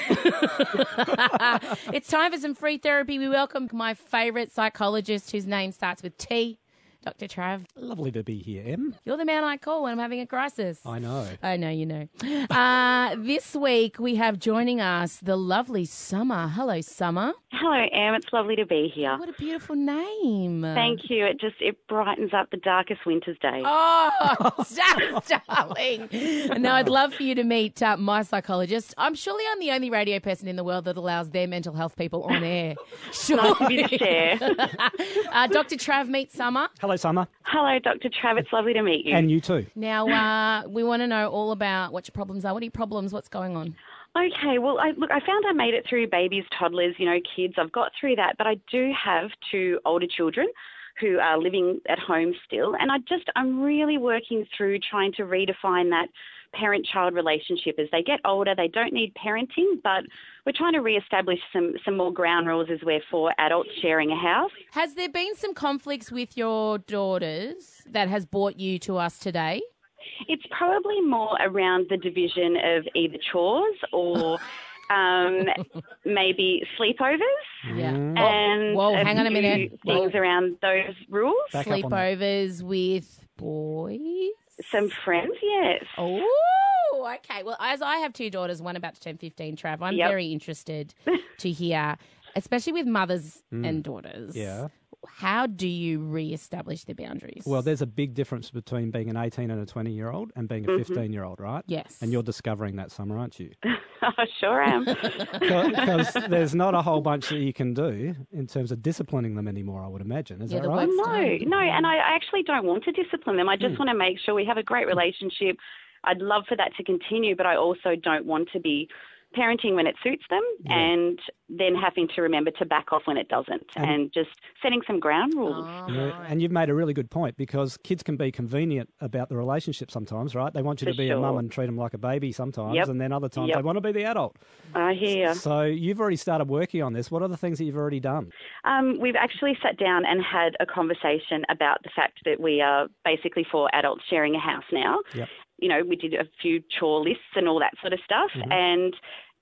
Speaker 2: it's time for some free therapy. We welcome my favourite psychologist whose name starts with T. Dr. Trav.
Speaker 19: Lovely to be here, Em.
Speaker 2: You're the man I call when I'm having a crisis.
Speaker 19: I know.
Speaker 2: I know you know. Uh, this week we have joining us the lovely Summer. Hello, Summer.
Speaker 20: Hello, Em. It's lovely to be here.
Speaker 2: What a beautiful name.
Speaker 20: Thank you. It just it brightens up the darkest winter's day.
Speaker 2: Oh, darling. And now I'd love for you to meet uh, my psychologist. I'm surely I'm the only radio person in the world that allows their mental health people on air. Sure.
Speaker 20: Nice of you to share.
Speaker 2: uh, Dr. Trav, meet Summer.
Speaker 19: Hello, Summer.
Speaker 20: Hello, Dr. Trav. It's lovely to meet you.
Speaker 19: And you too.
Speaker 2: Now, uh, we want to know all about what your problems are. What are your problems? What's going on?
Speaker 20: Okay, well, I, look, I found I made it through babies, toddlers, you know, kids. I've got through that, but I do have two older children who are living at home still, and I just I'm really working through trying to redefine that parent-child relationship as they get older. They don't need parenting, but we're trying to reestablish some some more ground rules as we're for adults sharing a house.
Speaker 2: Has there been some conflicts with your daughters that has brought you to us today?
Speaker 20: It's probably more around the division of either chores or um, maybe sleepovers.
Speaker 2: Yeah.
Speaker 20: And
Speaker 2: Whoa, hang on a
Speaker 20: few
Speaker 2: minute.
Speaker 20: Things
Speaker 2: Whoa.
Speaker 20: around those rules.
Speaker 2: Sleepovers with boys?
Speaker 20: Some friends, yes.
Speaker 2: Oh, okay. Well, as I have two daughters, one about to turn 15, Trav, I'm
Speaker 20: Yep.
Speaker 2: very interested to hear, especially with mothers and daughters.
Speaker 19: Hmm. Yeah.
Speaker 2: How do you re-establish the boundaries?
Speaker 19: Well, there's a big difference between being an 18 and a 20 year old and being a
Speaker 2: Mhm.
Speaker 19: 15 year old, right?
Speaker 2: Yes.
Speaker 19: And you're discovering that summer, aren't you?
Speaker 20: I sure am.
Speaker 19: Because there's not a whole bunch that you can do in terms of disciplining them anymore, I would imagine. Is that right? Hmm.
Speaker 20: No, no, and I I actually don't want to discipline them. I just want to make sure we have a great relationship. I'd love for that to continue, but I also don't want to be parenting when it suits them and then having to remember to back off when it doesn't
Speaker 19: And-
Speaker 20: and, just setting some ground rules.
Speaker 19: Yeah, And you've made a really good point because kids can be convenient about the relationship sometimes, right? They want you
Speaker 20: For
Speaker 19: to be a mum
Speaker 20: sure.
Speaker 19: and treat them like a baby sometimes,
Speaker 20: Yep.
Speaker 19: and then other times they
Speaker 20: Yep.
Speaker 19: want to be the adult.
Speaker 20: I hear.
Speaker 19: So you've already started working on this. What are the things that you've already done?
Speaker 20: Um, we've actually sat down and had a conversation about the fact that we are basically for adults sharing a house now.
Speaker 19: Yep.
Speaker 20: You know, we did a few chore lists and all that sort of stuff,
Speaker 2: Mm-hmm.
Speaker 19: Mhm.
Speaker 20: and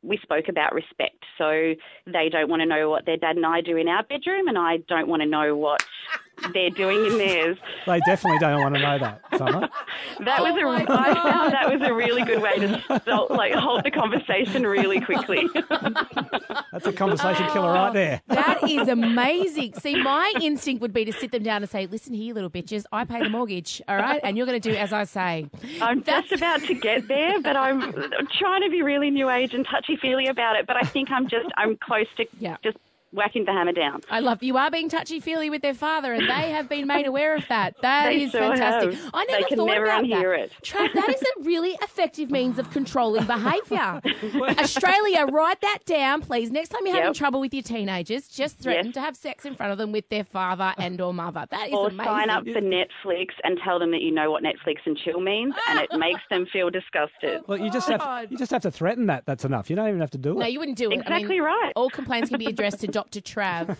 Speaker 20: we spoke about respect. So they don't want to know what their dad and I do in our bedroom, and I don't want to know what they're doing in theirs.
Speaker 19: They definitely don't want to know that, Summer.
Speaker 20: That was a I found
Speaker 2: Oh
Speaker 20: that was a really good way to stop, like hold the conversation really quickly.
Speaker 19: That's a conversation killer right there.
Speaker 2: That is amazing. See, my instinct would be to sit them down and say, "Listen here, little bitches, I pay the mortgage, all right, and you're going to do as I say."
Speaker 20: I'm just about to get there, but I'm I'm trying to be really new age and touchy feely about it. But I think I'm just I'm close to just whacking the hammer down.
Speaker 2: I love you are being touchy feely with their father, and they have been made aware of that. That is
Speaker 20: They sure
Speaker 2: fantastic.
Speaker 20: have.
Speaker 2: I never
Speaker 20: They can
Speaker 2: thought
Speaker 20: never
Speaker 2: about
Speaker 20: unhear
Speaker 2: that.
Speaker 20: it.
Speaker 2: Trav, that is a really effective means of controlling behaviour. Australia, write that down, please. Next time you're having
Speaker 20: Yep.
Speaker 2: trouble with your teenagers, just threaten
Speaker 20: Yes.
Speaker 2: to have sex in front of them with their father and or mother. That is
Speaker 20: Or
Speaker 2: amazing.
Speaker 20: sign up for E Netflix and tell them that you know what Netflix and chill means, and it makes them feel disgusted.
Speaker 19: Well, you just have you just have to threaten that. That's enough. You don't even have to do it.
Speaker 2: No, you wouldn't do it.
Speaker 20: Exactly
Speaker 2: right. All complaints can be addressed to Dr. Trav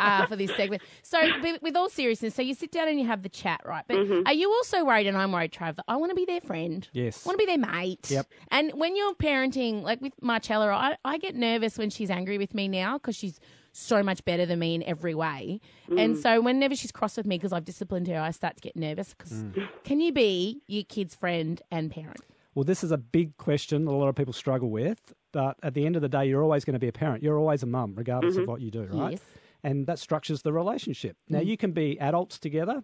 Speaker 2: uh, for this segment. So, with- with all seriousness, so you sit down and you have the chat, right? But
Speaker 20: Mhm.
Speaker 2: are you also worried, and I'm worried, Trav, that I want to be their friend?
Speaker 19: Yes.
Speaker 2: want to be their mate.
Speaker 19: Yep.
Speaker 2: And when you're parenting, like with Marcella, I, I get nervous when she's angry with me now because she's so much better than me in every way. And
Speaker 20: Mm.
Speaker 2: so, whenever she's cross with me because I've disciplined her, I start to get nervous because
Speaker 19: Mm.
Speaker 2: can you be your kid's friend and parent?
Speaker 19: Well, this is a big question that a lot of people struggle with, but at the end of the day, you're always going to be a parent. You're always a mum, regardless
Speaker 2: Mhm.
Speaker 19: of what you do, right?
Speaker 2: Yes.
Speaker 19: And that structures the relationship. Now,
Speaker 2: Mm.
Speaker 19: you can be adults together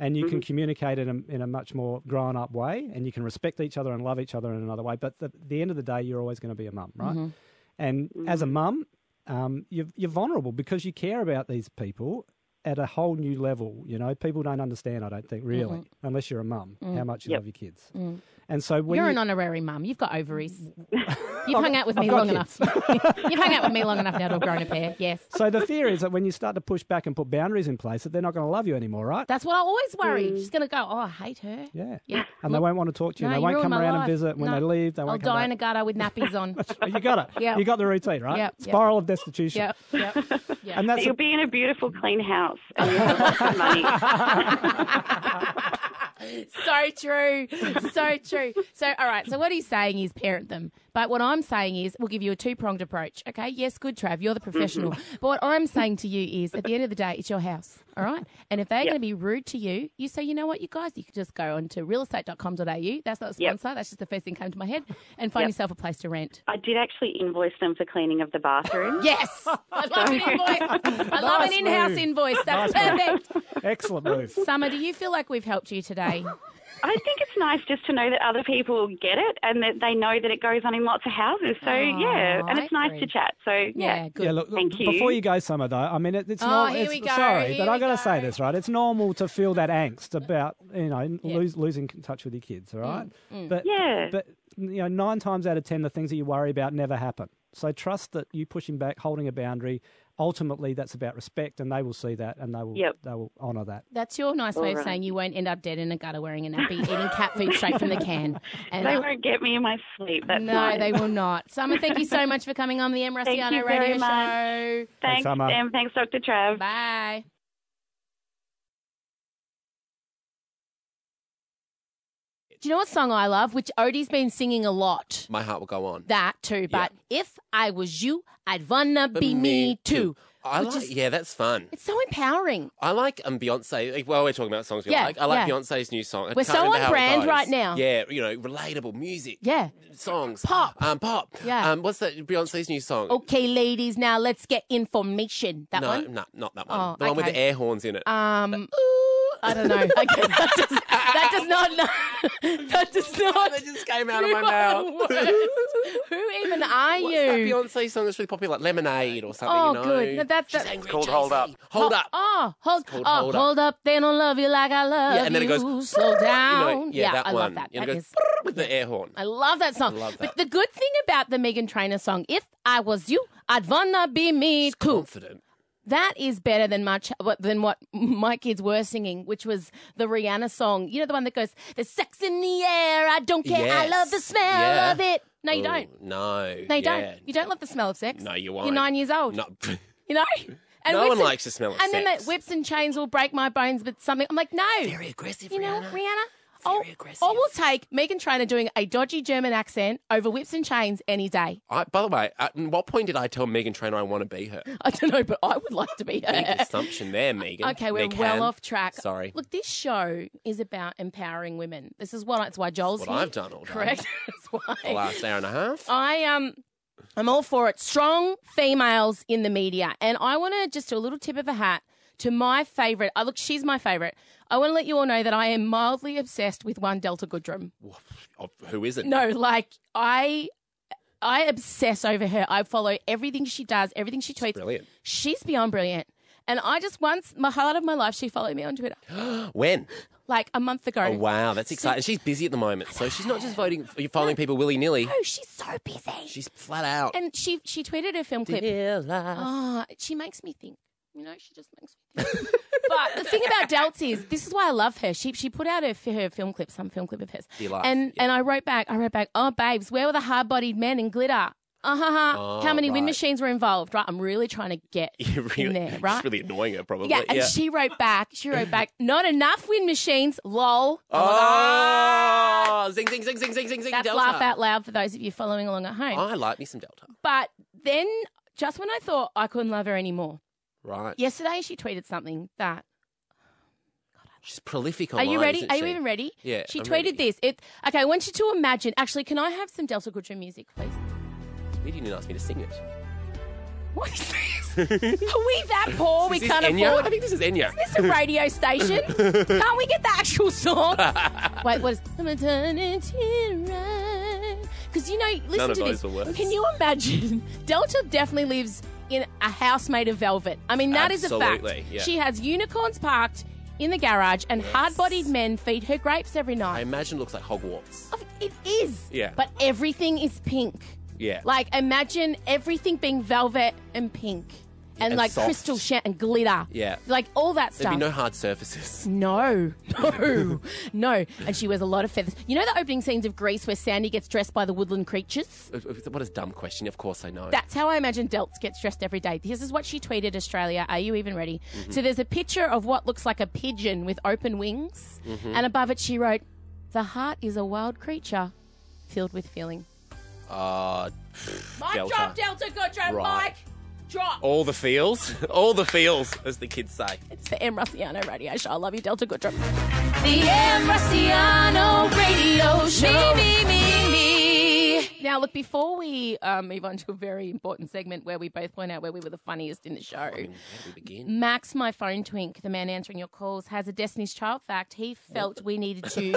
Speaker 19: and you can
Speaker 2: Mhm.
Speaker 19: communicate in a, in a much more grown up way and you can respect each other and love each other in another way. But at the end of the day, you're always going to be a mum, right?
Speaker 2: Mhm.
Speaker 19: And as
Speaker 2: Mm-hmm.
Speaker 19: a mum, um, you're, you're vulnerable because you care about these people at a whole new level. You know, people don't understand, I don't think, really,
Speaker 2: Mhm.
Speaker 19: unless you're a mum,
Speaker 2: Mm.
Speaker 19: how much you
Speaker 2: Yep.
Speaker 19: love your kids.
Speaker 2: Mm.
Speaker 19: And so when
Speaker 2: You're
Speaker 19: you,
Speaker 2: an honorary mum. You've got ovaries. You've hung out with
Speaker 19: I've
Speaker 2: me
Speaker 19: got
Speaker 2: long
Speaker 19: kids.
Speaker 2: enough. You've hung out with me long enough now to have grown a pair. Yes.
Speaker 19: So the fear is that when you start to push back and put boundaries in place, that they're not going to love you anymore, right?
Speaker 2: That's what I always worry. She's going to go, oh, I hate her.
Speaker 19: yeah.
Speaker 2: Yeah.
Speaker 19: And they won't want to talk to you.
Speaker 2: No,
Speaker 19: and they
Speaker 2: you
Speaker 19: won't
Speaker 2: ruined
Speaker 19: come
Speaker 2: my
Speaker 19: around
Speaker 2: life.
Speaker 19: and visit. When
Speaker 2: No.
Speaker 19: they leave, they
Speaker 2: I'll
Speaker 19: won't
Speaker 2: die
Speaker 19: come
Speaker 2: in a
Speaker 19: back.
Speaker 2: gutter with nappies on.
Speaker 19: you got it.
Speaker 2: Yeah.
Speaker 19: You got the routine, right?
Speaker 2: Yep, yep.
Speaker 19: Spiral of destitution.
Speaker 2: Yep, yep, yep.
Speaker 19: And that's
Speaker 20: But you'll be in a beautiful, clean house, and you have lots of money.
Speaker 2: so true. So true. So, all right. So, what he's saying is parent them. But what I'm saying is we'll give you a two pronged approach. Okay. Yes, good, Trav. You're the professional.
Speaker 20: Mm-hmm.
Speaker 2: But what I'm saying to you is at the end of the day, it's your house. All right. And if they're
Speaker 21: Yep.
Speaker 2: going to be rude to you, you say, you know what, you guys, you can just go on to realestate.com.au. That's not a
Speaker 20: Yep.
Speaker 2: sponsor. That's just the first thing came to my head. And find
Speaker 20: Yep.
Speaker 2: yourself a place to rent.
Speaker 20: I did actually invoice them for cleaning of the bathroom.
Speaker 2: Yes. I love an invoice. I love an
Speaker 20: Nice
Speaker 2: in house
Speaker 20: move.
Speaker 2: invoice. That's
Speaker 20: Nice move.
Speaker 2: perfect.
Speaker 19: Excellent move.
Speaker 2: Summer, do you feel like we've helped you today?
Speaker 20: I think it's nice just to know that other people get it and that they know that it goes on in lots of houses. So, yeah, and it's nice to chat. So, yeah.
Speaker 19: Yeah, look, look,
Speaker 20: Thank you.
Speaker 19: Before you go, Summer, though, I mean, it, it's
Speaker 20: Oh,
Speaker 19: not.
Speaker 20: here
Speaker 19: it's,
Speaker 20: we go,
Speaker 19: Sorry,
Speaker 20: here
Speaker 19: but I
Speaker 20: we
Speaker 19: got to say this, right? It's normal to feel that angst about, you know, lose, losing c- touch with your kids, all right?
Speaker 20: mm.
Speaker 19: But,
Speaker 20: Yeah.
Speaker 19: But, you know, nine times out of ten, the things that you worry about never happen. So trust that you pushing back, holding a boundary, ultimately that's about respect, and they will see that and they will,
Speaker 2: Yep.
Speaker 19: they will honour that.
Speaker 2: That's your nice way of
Speaker 19: Alright.
Speaker 2: saying you won't end up dead in a gutter wearing a nappy, eating cat food straight from the can.
Speaker 20: they
Speaker 2: uh,
Speaker 20: won't get me in my sleep. That's
Speaker 2: no,
Speaker 20: nice.
Speaker 2: they will not. Summer, thank you so much for coming on the M.
Speaker 20: Thank you
Speaker 2: Rossiano
Speaker 20: very
Speaker 2: Radio
Speaker 20: much.
Speaker 2: Show.
Speaker 20: Thanks, Summer. Em. Thanks, Dr. Trav.
Speaker 2: Bye. Do you know what song I love? Which Odie's been singing a lot.
Speaker 3: My heart will go on.
Speaker 2: That too, but if I was you, I'd wanna be me too.
Speaker 3: I
Speaker 2: Which
Speaker 3: like,
Speaker 2: is-
Speaker 3: yeah, that's fun.
Speaker 2: It's so empowering.
Speaker 3: I like um, Beyonce. Like, well, we're talking about songs we
Speaker 2: Yeah,
Speaker 3: like. I like
Speaker 2: yeah.
Speaker 3: Beyonce's new song. I
Speaker 2: We're
Speaker 3: can't
Speaker 2: so
Speaker 3: remember
Speaker 2: on
Speaker 3: how it
Speaker 2: brand
Speaker 3: goes.
Speaker 2: right now.
Speaker 3: Yeah, you know, relatable music.
Speaker 2: Yeah.
Speaker 3: Songs.
Speaker 2: Pop.
Speaker 3: Um, pop.
Speaker 2: Yeah.
Speaker 3: Um, what's that? Beyonce's new song.
Speaker 2: Okay, ladies, now let's get information. That
Speaker 3: no,
Speaker 2: one?
Speaker 3: No, not that one.
Speaker 2: Oh,
Speaker 3: the one with
Speaker 2: okay.
Speaker 3: the air horns in it.
Speaker 2: Um, I don't know. Okay, that, does, that does not. That does not. That
Speaker 3: just came out
Speaker 4: of my mouth.
Speaker 2: Who even are
Speaker 3: What's that
Speaker 2: you?
Speaker 3: Beyonce song that's really popular, like Lemonade or something?
Speaker 2: Oh,
Speaker 3: you know?
Speaker 2: good. No, that's
Speaker 3: She's
Speaker 2: that-
Speaker 3: angry,
Speaker 2: Called
Speaker 3: Jay-Z.
Speaker 2: Hold Up.
Speaker 3: Hold
Speaker 2: Ho-
Speaker 3: up.
Speaker 2: Oh, hold,
Speaker 3: called
Speaker 2: oh,
Speaker 3: Hold Up.
Speaker 2: hold up. They don't love you like I love
Speaker 3: yeah, and then it goes.
Speaker 2: you. Slow down.
Speaker 3: You know, yeah, that
Speaker 2: I
Speaker 3: one.
Speaker 2: love that.
Speaker 3: You know,
Speaker 2: That
Speaker 3: it goes
Speaker 2: is-
Speaker 3: with the air horn.
Speaker 2: I love that song.
Speaker 3: I love
Speaker 2: But the good thing about the Megan Trainor song, "If I Was You, I'd Wanna Be Me Too,"
Speaker 3: confident.
Speaker 2: that is better than much what- than what my kids were singing, which was the Rihanna song. You know the one that goes, "There's sex in the air. I don't care. I
Speaker 3: Yes.
Speaker 2: love the smell
Speaker 3: Yeah.
Speaker 2: of it." No, you
Speaker 3: Ooh,
Speaker 2: don't.
Speaker 3: No.
Speaker 2: No, you
Speaker 3: yeah.
Speaker 2: don't. You don't love the smell of sex.
Speaker 3: No, you won't.
Speaker 2: You're nine years old.
Speaker 3: No.
Speaker 2: You know.
Speaker 3: No
Speaker 2: whips
Speaker 3: one likes the smell of
Speaker 2: And then
Speaker 3: sex.
Speaker 2: that whips and chains will break my bones, but something. I'm like, no. Very aggressive. You know, what, Rihanna. Very aggressive. I will take Megan Trainor doing a dodgy German accent over whips and chains any day.
Speaker 3: I, by the way, at what point did I tell Megan Trainor I want to be her?
Speaker 2: I don't know, but I would like to be
Speaker 3: Big
Speaker 2: her.
Speaker 3: assumption there, Megan.
Speaker 2: Okay, we're
Speaker 3: Meg Han.
Speaker 2: well off track.
Speaker 3: Sorry.
Speaker 2: Look, this show is about empowering women. This is what that's why Joel's
Speaker 3: what
Speaker 2: here.
Speaker 3: I've done all day.
Speaker 2: Correct. that's why
Speaker 3: the last hour and a half.
Speaker 2: I um I'm all for it. Strong females in the media. And I want to just do a little tip of a hat to my favorite. I look, she's my favorite. I want to let you all know that I am mildly obsessed with one Delta Goodrum.
Speaker 3: Oh, who isn't?
Speaker 2: No, like I I obsess over her. I follow everything she does, everything she tweets.
Speaker 3: brilliant.
Speaker 2: She's beyond brilliant. And I just once my highlight of my life, she followed me on Twitter
Speaker 3: When?
Speaker 2: like a month ago.
Speaker 3: Oh, wow, that's exciting. She's busy at the moment, so she's not just voting, following people willy nilly.
Speaker 2: No, she's so busy.
Speaker 3: She's flat out.
Speaker 2: And she she tweeted a film clip. Ah, she makes me think. You know, she just makes me think. but the thing about Delts is, this is why I love her. She she put out her, her film clip, some film clip of hers.
Speaker 3: Dear life,
Speaker 2: And and I wrote back, I wrote back, oh babes, where were the hard bodied men in glitter? Uh huh.
Speaker 3: Oh,
Speaker 2: How many
Speaker 3: right.
Speaker 2: wind machines were involved? Right. I'm really trying to get
Speaker 3: You're
Speaker 2: in
Speaker 3: really,
Speaker 2: there, right?
Speaker 3: It's really annoying her, probably.
Speaker 2: yeah, and she wrote back. She wrote back. Not enough wind machines. Lol.
Speaker 3: Oh, zing, zing, zing, zing, zing, zing, zing.
Speaker 2: That's
Speaker 3: Delta.
Speaker 2: laugh out loud for those of you following along at home.
Speaker 3: I like me some Delta.
Speaker 2: But then, just when I thought I couldn't love her anymore,
Speaker 3: Right.
Speaker 2: yesterday she tweeted something that.
Speaker 3: She's prolific
Speaker 2: are
Speaker 3: online.
Speaker 2: you ready?
Speaker 3: isn't
Speaker 2: Are you
Speaker 3: she?
Speaker 2: even ready?
Speaker 3: Yeah,
Speaker 2: She
Speaker 3: I'm
Speaker 2: tweeted
Speaker 3: ready.
Speaker 2: this. It okay. I want you to imagine. Actually, can I have some Delta Goodrum music, please?
Speaker 3: You didn't ask me to sing it.
Speaker 2: What is this? Are we that poor? we
Speaker 3: Is this
Speaker 2: can't
Speaker 3: Enya?
Speaker 2: afford.
Speaker 3: I think this is Enya.
Speaker 2: Is this a radio station? can't we get the actual song? Wait, what is? I'm a turn it Because you know, listen
Speaker 4: None of
Speaker 2: to
Speaker 4: those
Speaker 2: this.
Speaker 4: were words.
Speaker 2: Can you imagine? Delta definitely lives in a house made of velvet. I mean, that is a
Speaker 3: Absolutely,
Speaker 2: fact.
Speaker 3: yeah.
Speaker 2: She has unicorns parked in the garage, and hard-bodied men feed her grapes every night.
Speaker 3: I imagine it looks like Hogwarts.
Speaker 2: It is.
Speaker 3: Yeah.
Speaker 2: But everything is pink.
Speaker 3: Yeah.
Speaker 2: Like, imagine everything being velvet and pink. and,
Speaker 3: and
Speaker 2: like
Speaker 3: soft.
Speaker 2: crystal sh- and glitter.
Speaker 3: Yeah.
Speaker 2: Like all that
Speaker 3: There'd
Speaker 2: stuff.
Speaker 3: be no hard surfaces.
Speaker 2: No, no, no. And she wears a lot of feathers. You know the opening scenes of Grease where Sandy gets dressed by the woodland creatures?
Speaker 3: What a dumb question. Of course I know.
Speaker 2: That's how I imagine Delts gets dressed every day. This is what she tweeted Australia. Are you even ready?
Speaker 3: Mhm.
Speaker 2: So there's a picture of what looks like a pigeon with open wings.
Speaker 3: Mhm.
Speaker 2: And above it, she wrote, The heart is a wild creature filled with feeling.
Speaker 3: Uh,
Speaker 2: Mic
Speaker 3: Delta.
Speaker 2: drop, Delta Goodrum.
Speaker 3: Right. Oh.
Speaker 2: Mic drop.
Speaker 3: All the feels. All the feels, as the kids say.
Speaker 2: It's the M. Rossiano Radio Show. I love you, Delta Goodrum. The M. Rossiano Radio Show.
Speaker 21: Me, me,
Speaker 2: me, me. Now, look, before we uh, move on to a very important segment where we both point out where we were the funniest in the show, Max, my phone twink, the man answering your calls, has a Destiny's Child fact. He felt we needed to.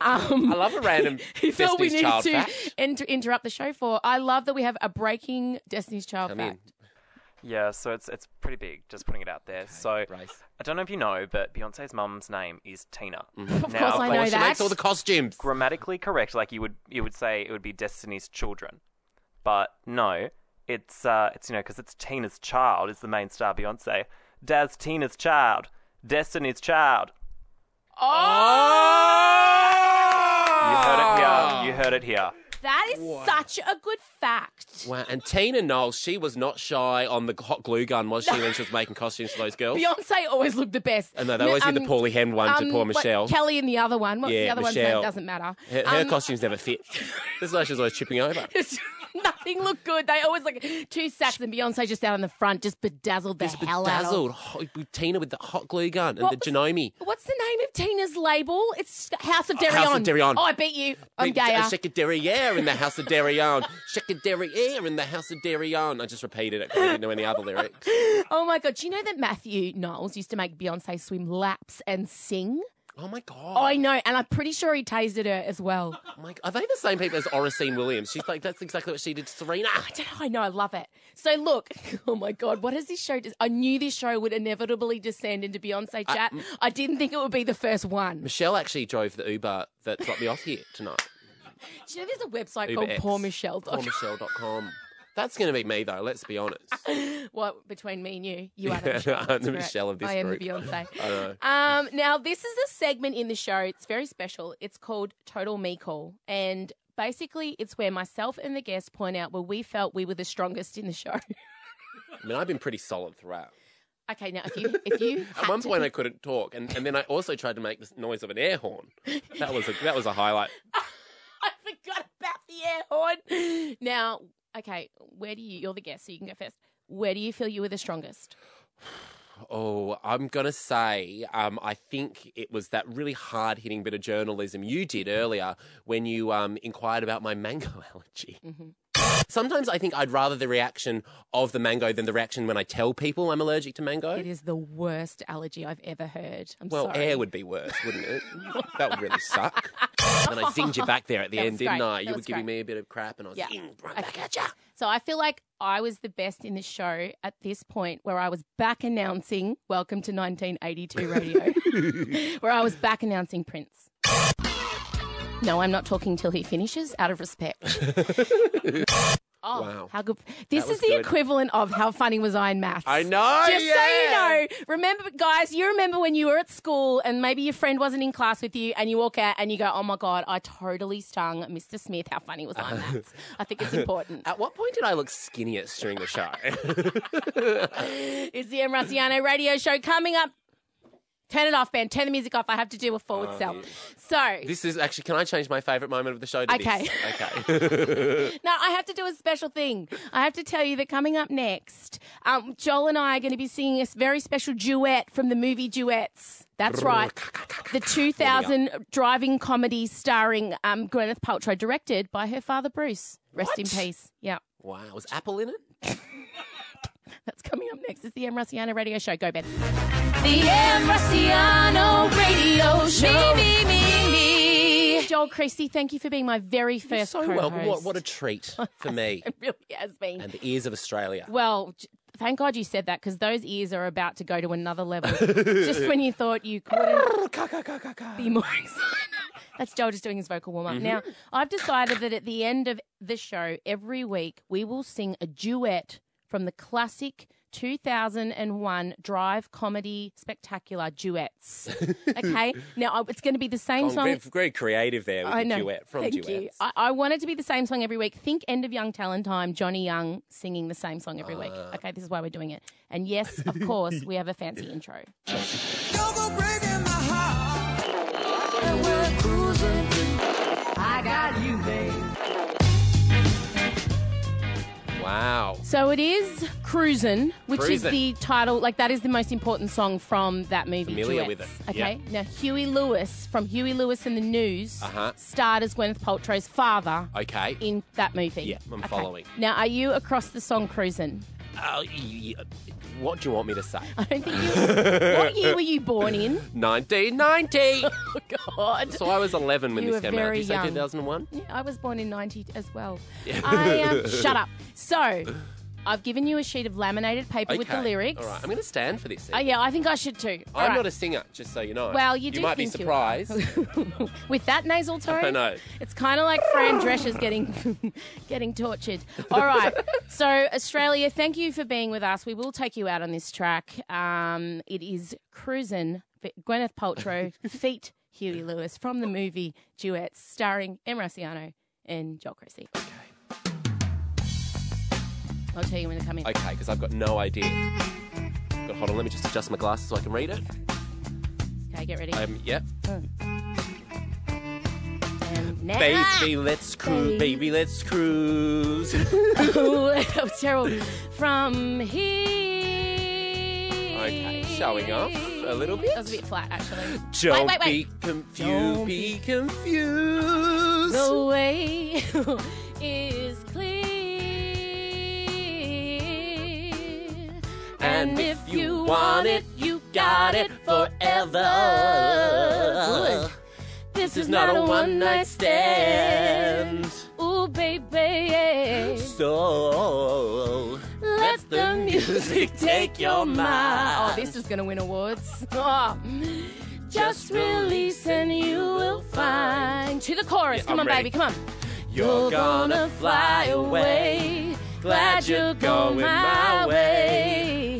Speaker 2: um,
Speaker 3: I love a random
Speaker 2: he felt we
Speaker 3: Destiny's
Speaker 2: needed
Speaker 3: Child
Speaker 2: to
Speaker 3: fact.
Speaker 2: inter- interrupt the show for. I love that we have a breaking Destiny's Child
Speaker 4: Come in.
Speaker 2: fact.
Speaker 4: Yeah, so it's it's pretty big. Just putting it out there. so I don't know if you know, but Beyonce's mum's name is Tina.
Speaker 3: Of course I know Mm-hmm. Oh, She that. makes all the costumes.
Speaker 4: Grammatically correct, like you would you would say it would be Destiny's Children, but no, it's uh it's you know because it's Tina's child is the main star Beyonce. Dad's Tina's child, Destiny's child. You
Speaker 3: Oh.
Speaker 4: heard it here. You heard it here.
Speaker 2: That is such a good fact.
Speaker 3: Wow. And Tina Knowles, she was not shy on the hot glue gun, was she, when she was making costumes for those girls?
Speaker 2: Beyonce always looked the best.
Speaker 3: And no, they always did the poorly hemmed one to poor
Speaker 2: Um, what-
Speaker 3: Michelle.
Speaker 2: Kelly and the other one. What's
Speaker 3: Yeah,
Speaker 2: the other
Speaker 3: Michelle.
Speaker 2: one's name? Doesn't matter.
Speaker 3: Her, her
Speaker 2: Um,
Speaker 3: costumes never fit. That's why she was always tripping over.
Speaker 2: Nothing looked good. They always like two sacks and Beyonce just out on the front, just bedazzled the hell
Speaker 3: Dazzled.
Speaker 2: out
Speaker 3: Hot, with Tina with the hot glue gun and
Speaker 2: What
Speaker 3: the
Speaker 2: was-
Speaker 3: Janome.
Speaker 2: of. What's the name of Tina's label? It's House of
Speaker 3: Oh, House
Speaker 2: Derion.
Speaker 3: of Derion.
Speaker 2: Oh, I beat you. I'm gayer.
Speaker 3: Shake a derriere uh, in the house of Derion. Shake a derriere in the house of Derion. I just repeated it because I didn't know any other lyrics.
Speaker 2: Oh my god! Do you know that Matthew Knowles used to make Beyonce swim laps and sing?
Speaker 3: Oh my god!
Speaker 2: I know, and I'm pretty sure he tasted her as well.
Speaker 3: Like, are they the same people as Oracine Williams? She's like, that's exactly what she did to Serena.
Speaker 2: I don't know. I know. I love it. So look, oh my god, what has this show? Des- I knew this show would inevitably descend into Beyonce
Speaker 3: I-
Speaker 2: chat.
Speaker 3: m-
Speaker 2: I, didn't think it would be the first one.
Speaker 3: Michelle actually drove the Uber that dropped me off here tonight.
Speaker 2: Do you know there's a website
Speaker 3: Uber
Speaker 2: called
Speaker 3: X.
Speaker 2: PoorMichelle.com?
Speaker 3: PoorMichelle.com. That's going to be me, though, let's be honest.
Speaker 2: what between me and you, you are the
Speaker 3: Yeah,
Speaker 2: Michelle.
Speaker 3: I'm
Speaker 2: That's
Speaker 3: the
Speaker 2: correct.
Speaker 3: Michelle of this
Speaker 2: I am the
Speaker 3: group.
Speaker 2: Beyonce.
Speaker 3: I know.
Speaker 2: Um, now this is a segment in the show. It's very special. It's called Total Me Call, and basically it's where myself and the guest point out where we felt we were the strongest in the show.
Speaker 3: I mean, I've been pretty solid throughout.
Speaker 2: okay, now if you if you
Speaker 3: At one point, I couldn't talk, and, and then I also tried to make the noise of an air horn. That was a, that was a highlight.
Speaker 2: I forgot about the air horn. Now, okay, where do you? You're the guest, so you can go first. Where do you feel you were the strongest?
Speaker 3: Oh, I'm going to say, um, I think it was that really hard hitting bit of journalism you did earlier when you um, inquired about my mango allergy.
Speaker 2: Mm-hmm.
Speaker 3: Sometimes I think I'd rather the reaction of the mango than the reaction when I tell people I'm allergic to mango.
Speaker 2: It is the worst allergy I've ever heard. I'm
Speaker 3: well,
Speaker 2: sorry.
Speaker 3: air would be worse, wouldn't it? that would really suck. and I zinged you back there at the
Speaker 2: That
Speaker 3: end,
Speaker 2: was
Speaker 3: didn't
Speaker 2: great.
Speaker 3: I?
Speaker 2: That
Speaker 3: you were
Speaker 2: was
Speaker 3: giving
Speaker 2: great.
Speaker 3: me a bit of crap, and I was
Speaker 2: Yeah.
Speaker 3: zing.
Speaker 2: Okay. So I feel like I was the best in the show at this point where I was back announcing Welcome to 1982 Radio, where I was back announcing Prince. No, I'm not talking till he finishes out of respect. Oh,
Speaker 3: wow.
Speaker 2: how good. This
Speaker 3: was
Speaker 2: is the
Speaker 3: good.
Speaker 2: equivalent of how funny was I in maths.
Speaker 3: I know,
Speaker 2: Just so
Speaker 3: yeah.
Speaker 2: you know, remember, guys, you remember when you were at school and maybe your friend wasn't in class with you and you walk out and you go, oh my God, I totally stung Mr. Smith. How funny was I in maths? I think it's important.
Speaker 3: Uh, At what point did I look skinniest during the show?
Speaker 2: It's the M. Rossiano radio show coming up. Turn it off, Ben. Turn the music off. I have to do a forward
Speaker 3: Oh,
Speaker 2: self.
Speaker 3: yeah.
Speaker 2: So,
Speaker 3: this is actually. Can I change my favourite moment of the show? To
Speaker 2: Okay.
Speaker 3: This? Okay.
Speaker 2: now I have to do a special thing. I have to tell you that coming up next, um, Joel and I are going to be singing a very special duet from the movie Duets. That's right. The 2000 driving comedy starring um, Gwyneth Paltrow, directed by her father, Bruce. Rest in peace. Yeah.
Speaker 3: wow. Was Apple in it?
Speaker 2: That's coming up next. It's the M. Rossiano radio show. Go, Ben.
Speaker 21: The M. Rossiano Radio Show. Me, me, me, me.
Speaker 2: Joel Christie, thank you for being my very first
Speaker 3: So
Speaker 2: co-host.
Speaker 3: welcome. Oh, What, what a treat for me
Speaker 2: Oh, It really has been.
Speaker 3: and the ears of Australia.
Speaker 2: Well, j- thank God you said that because those ears are about to go to another level. just when you thought you couldn't be more excited. That's Joel just doing his vocal warm up.
Speaker 21: Mhm.
Speaker 2: Now, I've decided that at the end of the show, every week, we will sing a duet from the classic 2001 Drive Comedy Spectacular Duets. Okay? now, I- it's going to be the same
Speaker 3: Oh,
Speaker 2: song.
Speaker 3: very, very creative there with
Speaker 2: I
Speaker 3: the
Speaker 2: know.
Speaker 3: duet from
Speaker 2: Thank
Speaker 3: duet.
Speaker 2: you. I, I want it to be the same song every week. Think End of Young Talent Time, Johnny Young singing the same song every week.
Speaker 3: Ah.
Speaker 2: Okay, this is why we're doing it. And yes, of course, we have a fancy intro.
Speaker 6: I got you, babe.
Speaker 3: Wow.
Speaker 2: So it is Cruisin', which
Speaker 3: Cruisin'.
Speaker 2: is the title, like that is the most important song from that movie.
Speaker 3: Familiar with
Speaker 2: Duets.
Speaker 3: it.
Speaker 2: Okay.
Speaker 3: Yep.
Speaker 2: Now Huey Lewis from Huey Lewis and the News
Speaker 3: Uh-huh.
Speaker 2: starred as Gwyneth Paltrow's father
Speaker 3: Okay.
Speaker 2: in that movie.
Speaker 3: Yeah, I'm
Speaker 2: Okay.
Speaker 3: following.
Speaker 2: Now are you across the song Cruisin'?
Speaker 3: Oh, y- y- what do you want me to say?
Speaker 2: I don't think you What year were you born in?
Speaker 3: 1990.
Speaker 2: Oh God.
Speaker 3: So I was 11 when
Speaker 2: You
Speaker 3: this
Speaker 2: were
Speaker 3: came out. Did
Speaker 2: very
Speaker 3: you say
Speaker 2: young.
Speaker 3: 2001?
Speaker 2: Yeah, I was born in 90 as well. I um, shut up. So, I've given you a sheet of laminated paper with the
Speaker 3: Okay.
Speaker 2: lyrics.
Speaker 3: All right, I'm going to stand for this.
Speaker 2: Oh, yeah, I think I should too. All
Speaker 3: I'm
Speaker 2: right.
Speaker 3: not a singer, just so you know.
Speaker 2: Well, you do
Speaker 3: might be
Speaker 2: think you are.
Speaker 3: surprised.
Speaker 2: with that nasal tone.
Speaker 3: I know.
Speaker 2: It's kind of like Fran Drescher's getting getting tortured. All right. So Australia, thank you for being with us. We will take you out on this track. Um, it is Cruisin' F- Gwyneth Paltrow feat Huey Lewis from the movie Duets, starring Emma Rossiano and Joel Christie. Okay. I'll tell you when to come in.
Speaker 3: Okay, because I've got no idea. But hold on, let me just adjust my glasses so I can read it.
Speaker 2: Okay, get ready.
Speaker 3: Um, yep.
Speaker 2: And now.
Speaker 3: Baby, let's cruise. Baby, let's cruise.
Speaker 2: Ooh, that was terrible. From here.
Speaker 3: okay, showing off a little bit.
Speaker 2: That was a bit flat, actually.
Speaker 3: Don't
Speaker 2: wait, wait, wait.
Speaker 3: be confused.
Speaker 2: Don't
Speaker 3: be confused.
Speaker 2: The way is clear.
Speaker 3: And if you want it,
Speaker 2: you
Speaker 3: got it forever.
Speaker 2: Good. This is not a one night stand. Ooh, baby.
Speaker 3: So
Speaker 2: Let the music take your mind.
Speaker 3: mind.
Speaker 2: Oh, this is going to win awards. Oh. Just release and you will find. To the chorus.
Speaker 3: Yeah, I'm
Speaker 2: come on,
Speaker 3: ready.
Speaker 2: baby. Come on.
Speaker 3: you're gonna fly away.
Speaker 2: Glad you're going my way.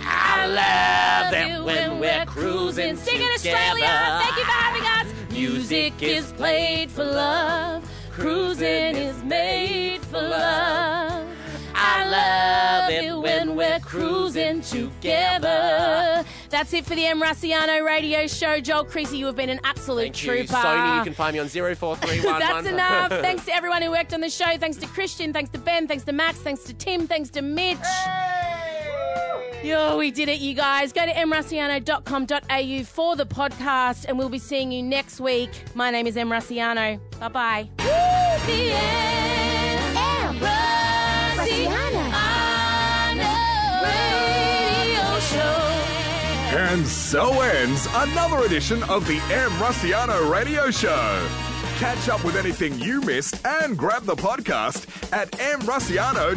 Speaker 3: I love
Speaker 2: you
Speaker 3: it when we're cruising
Speaker 2: Cruising, sing it, Australia. Thank you
Speaker 3: together.
Speaker 2: for having us. Music is played for love. Cruising is made for love. I love it when we're cruising together. That's it for the M. Rossiano Radio Show. Joel Creasy, you have been an absolute
Speaker 3: Thank you,
Speaker 2: trooper.
Speaker 3: Sony. You can find me on 0431.
Speaker 2: That's enough. thanks to everyone who worked on the show. Thanks to Christian. Thanks to Ben. Thanks to Max. Thanks to Tim. Thanks to Mitch. Yo, we did it, you guys. Go to mrassiano.com.au for the podcast, and we'll be seeing you next week. My name is Em Rossiano. Bye bye.
Speaker 1: And so ends another edition of the M. Rossiano Radio Show. Catch up with anything you missed and grab the podcast at mrossiano.com.au.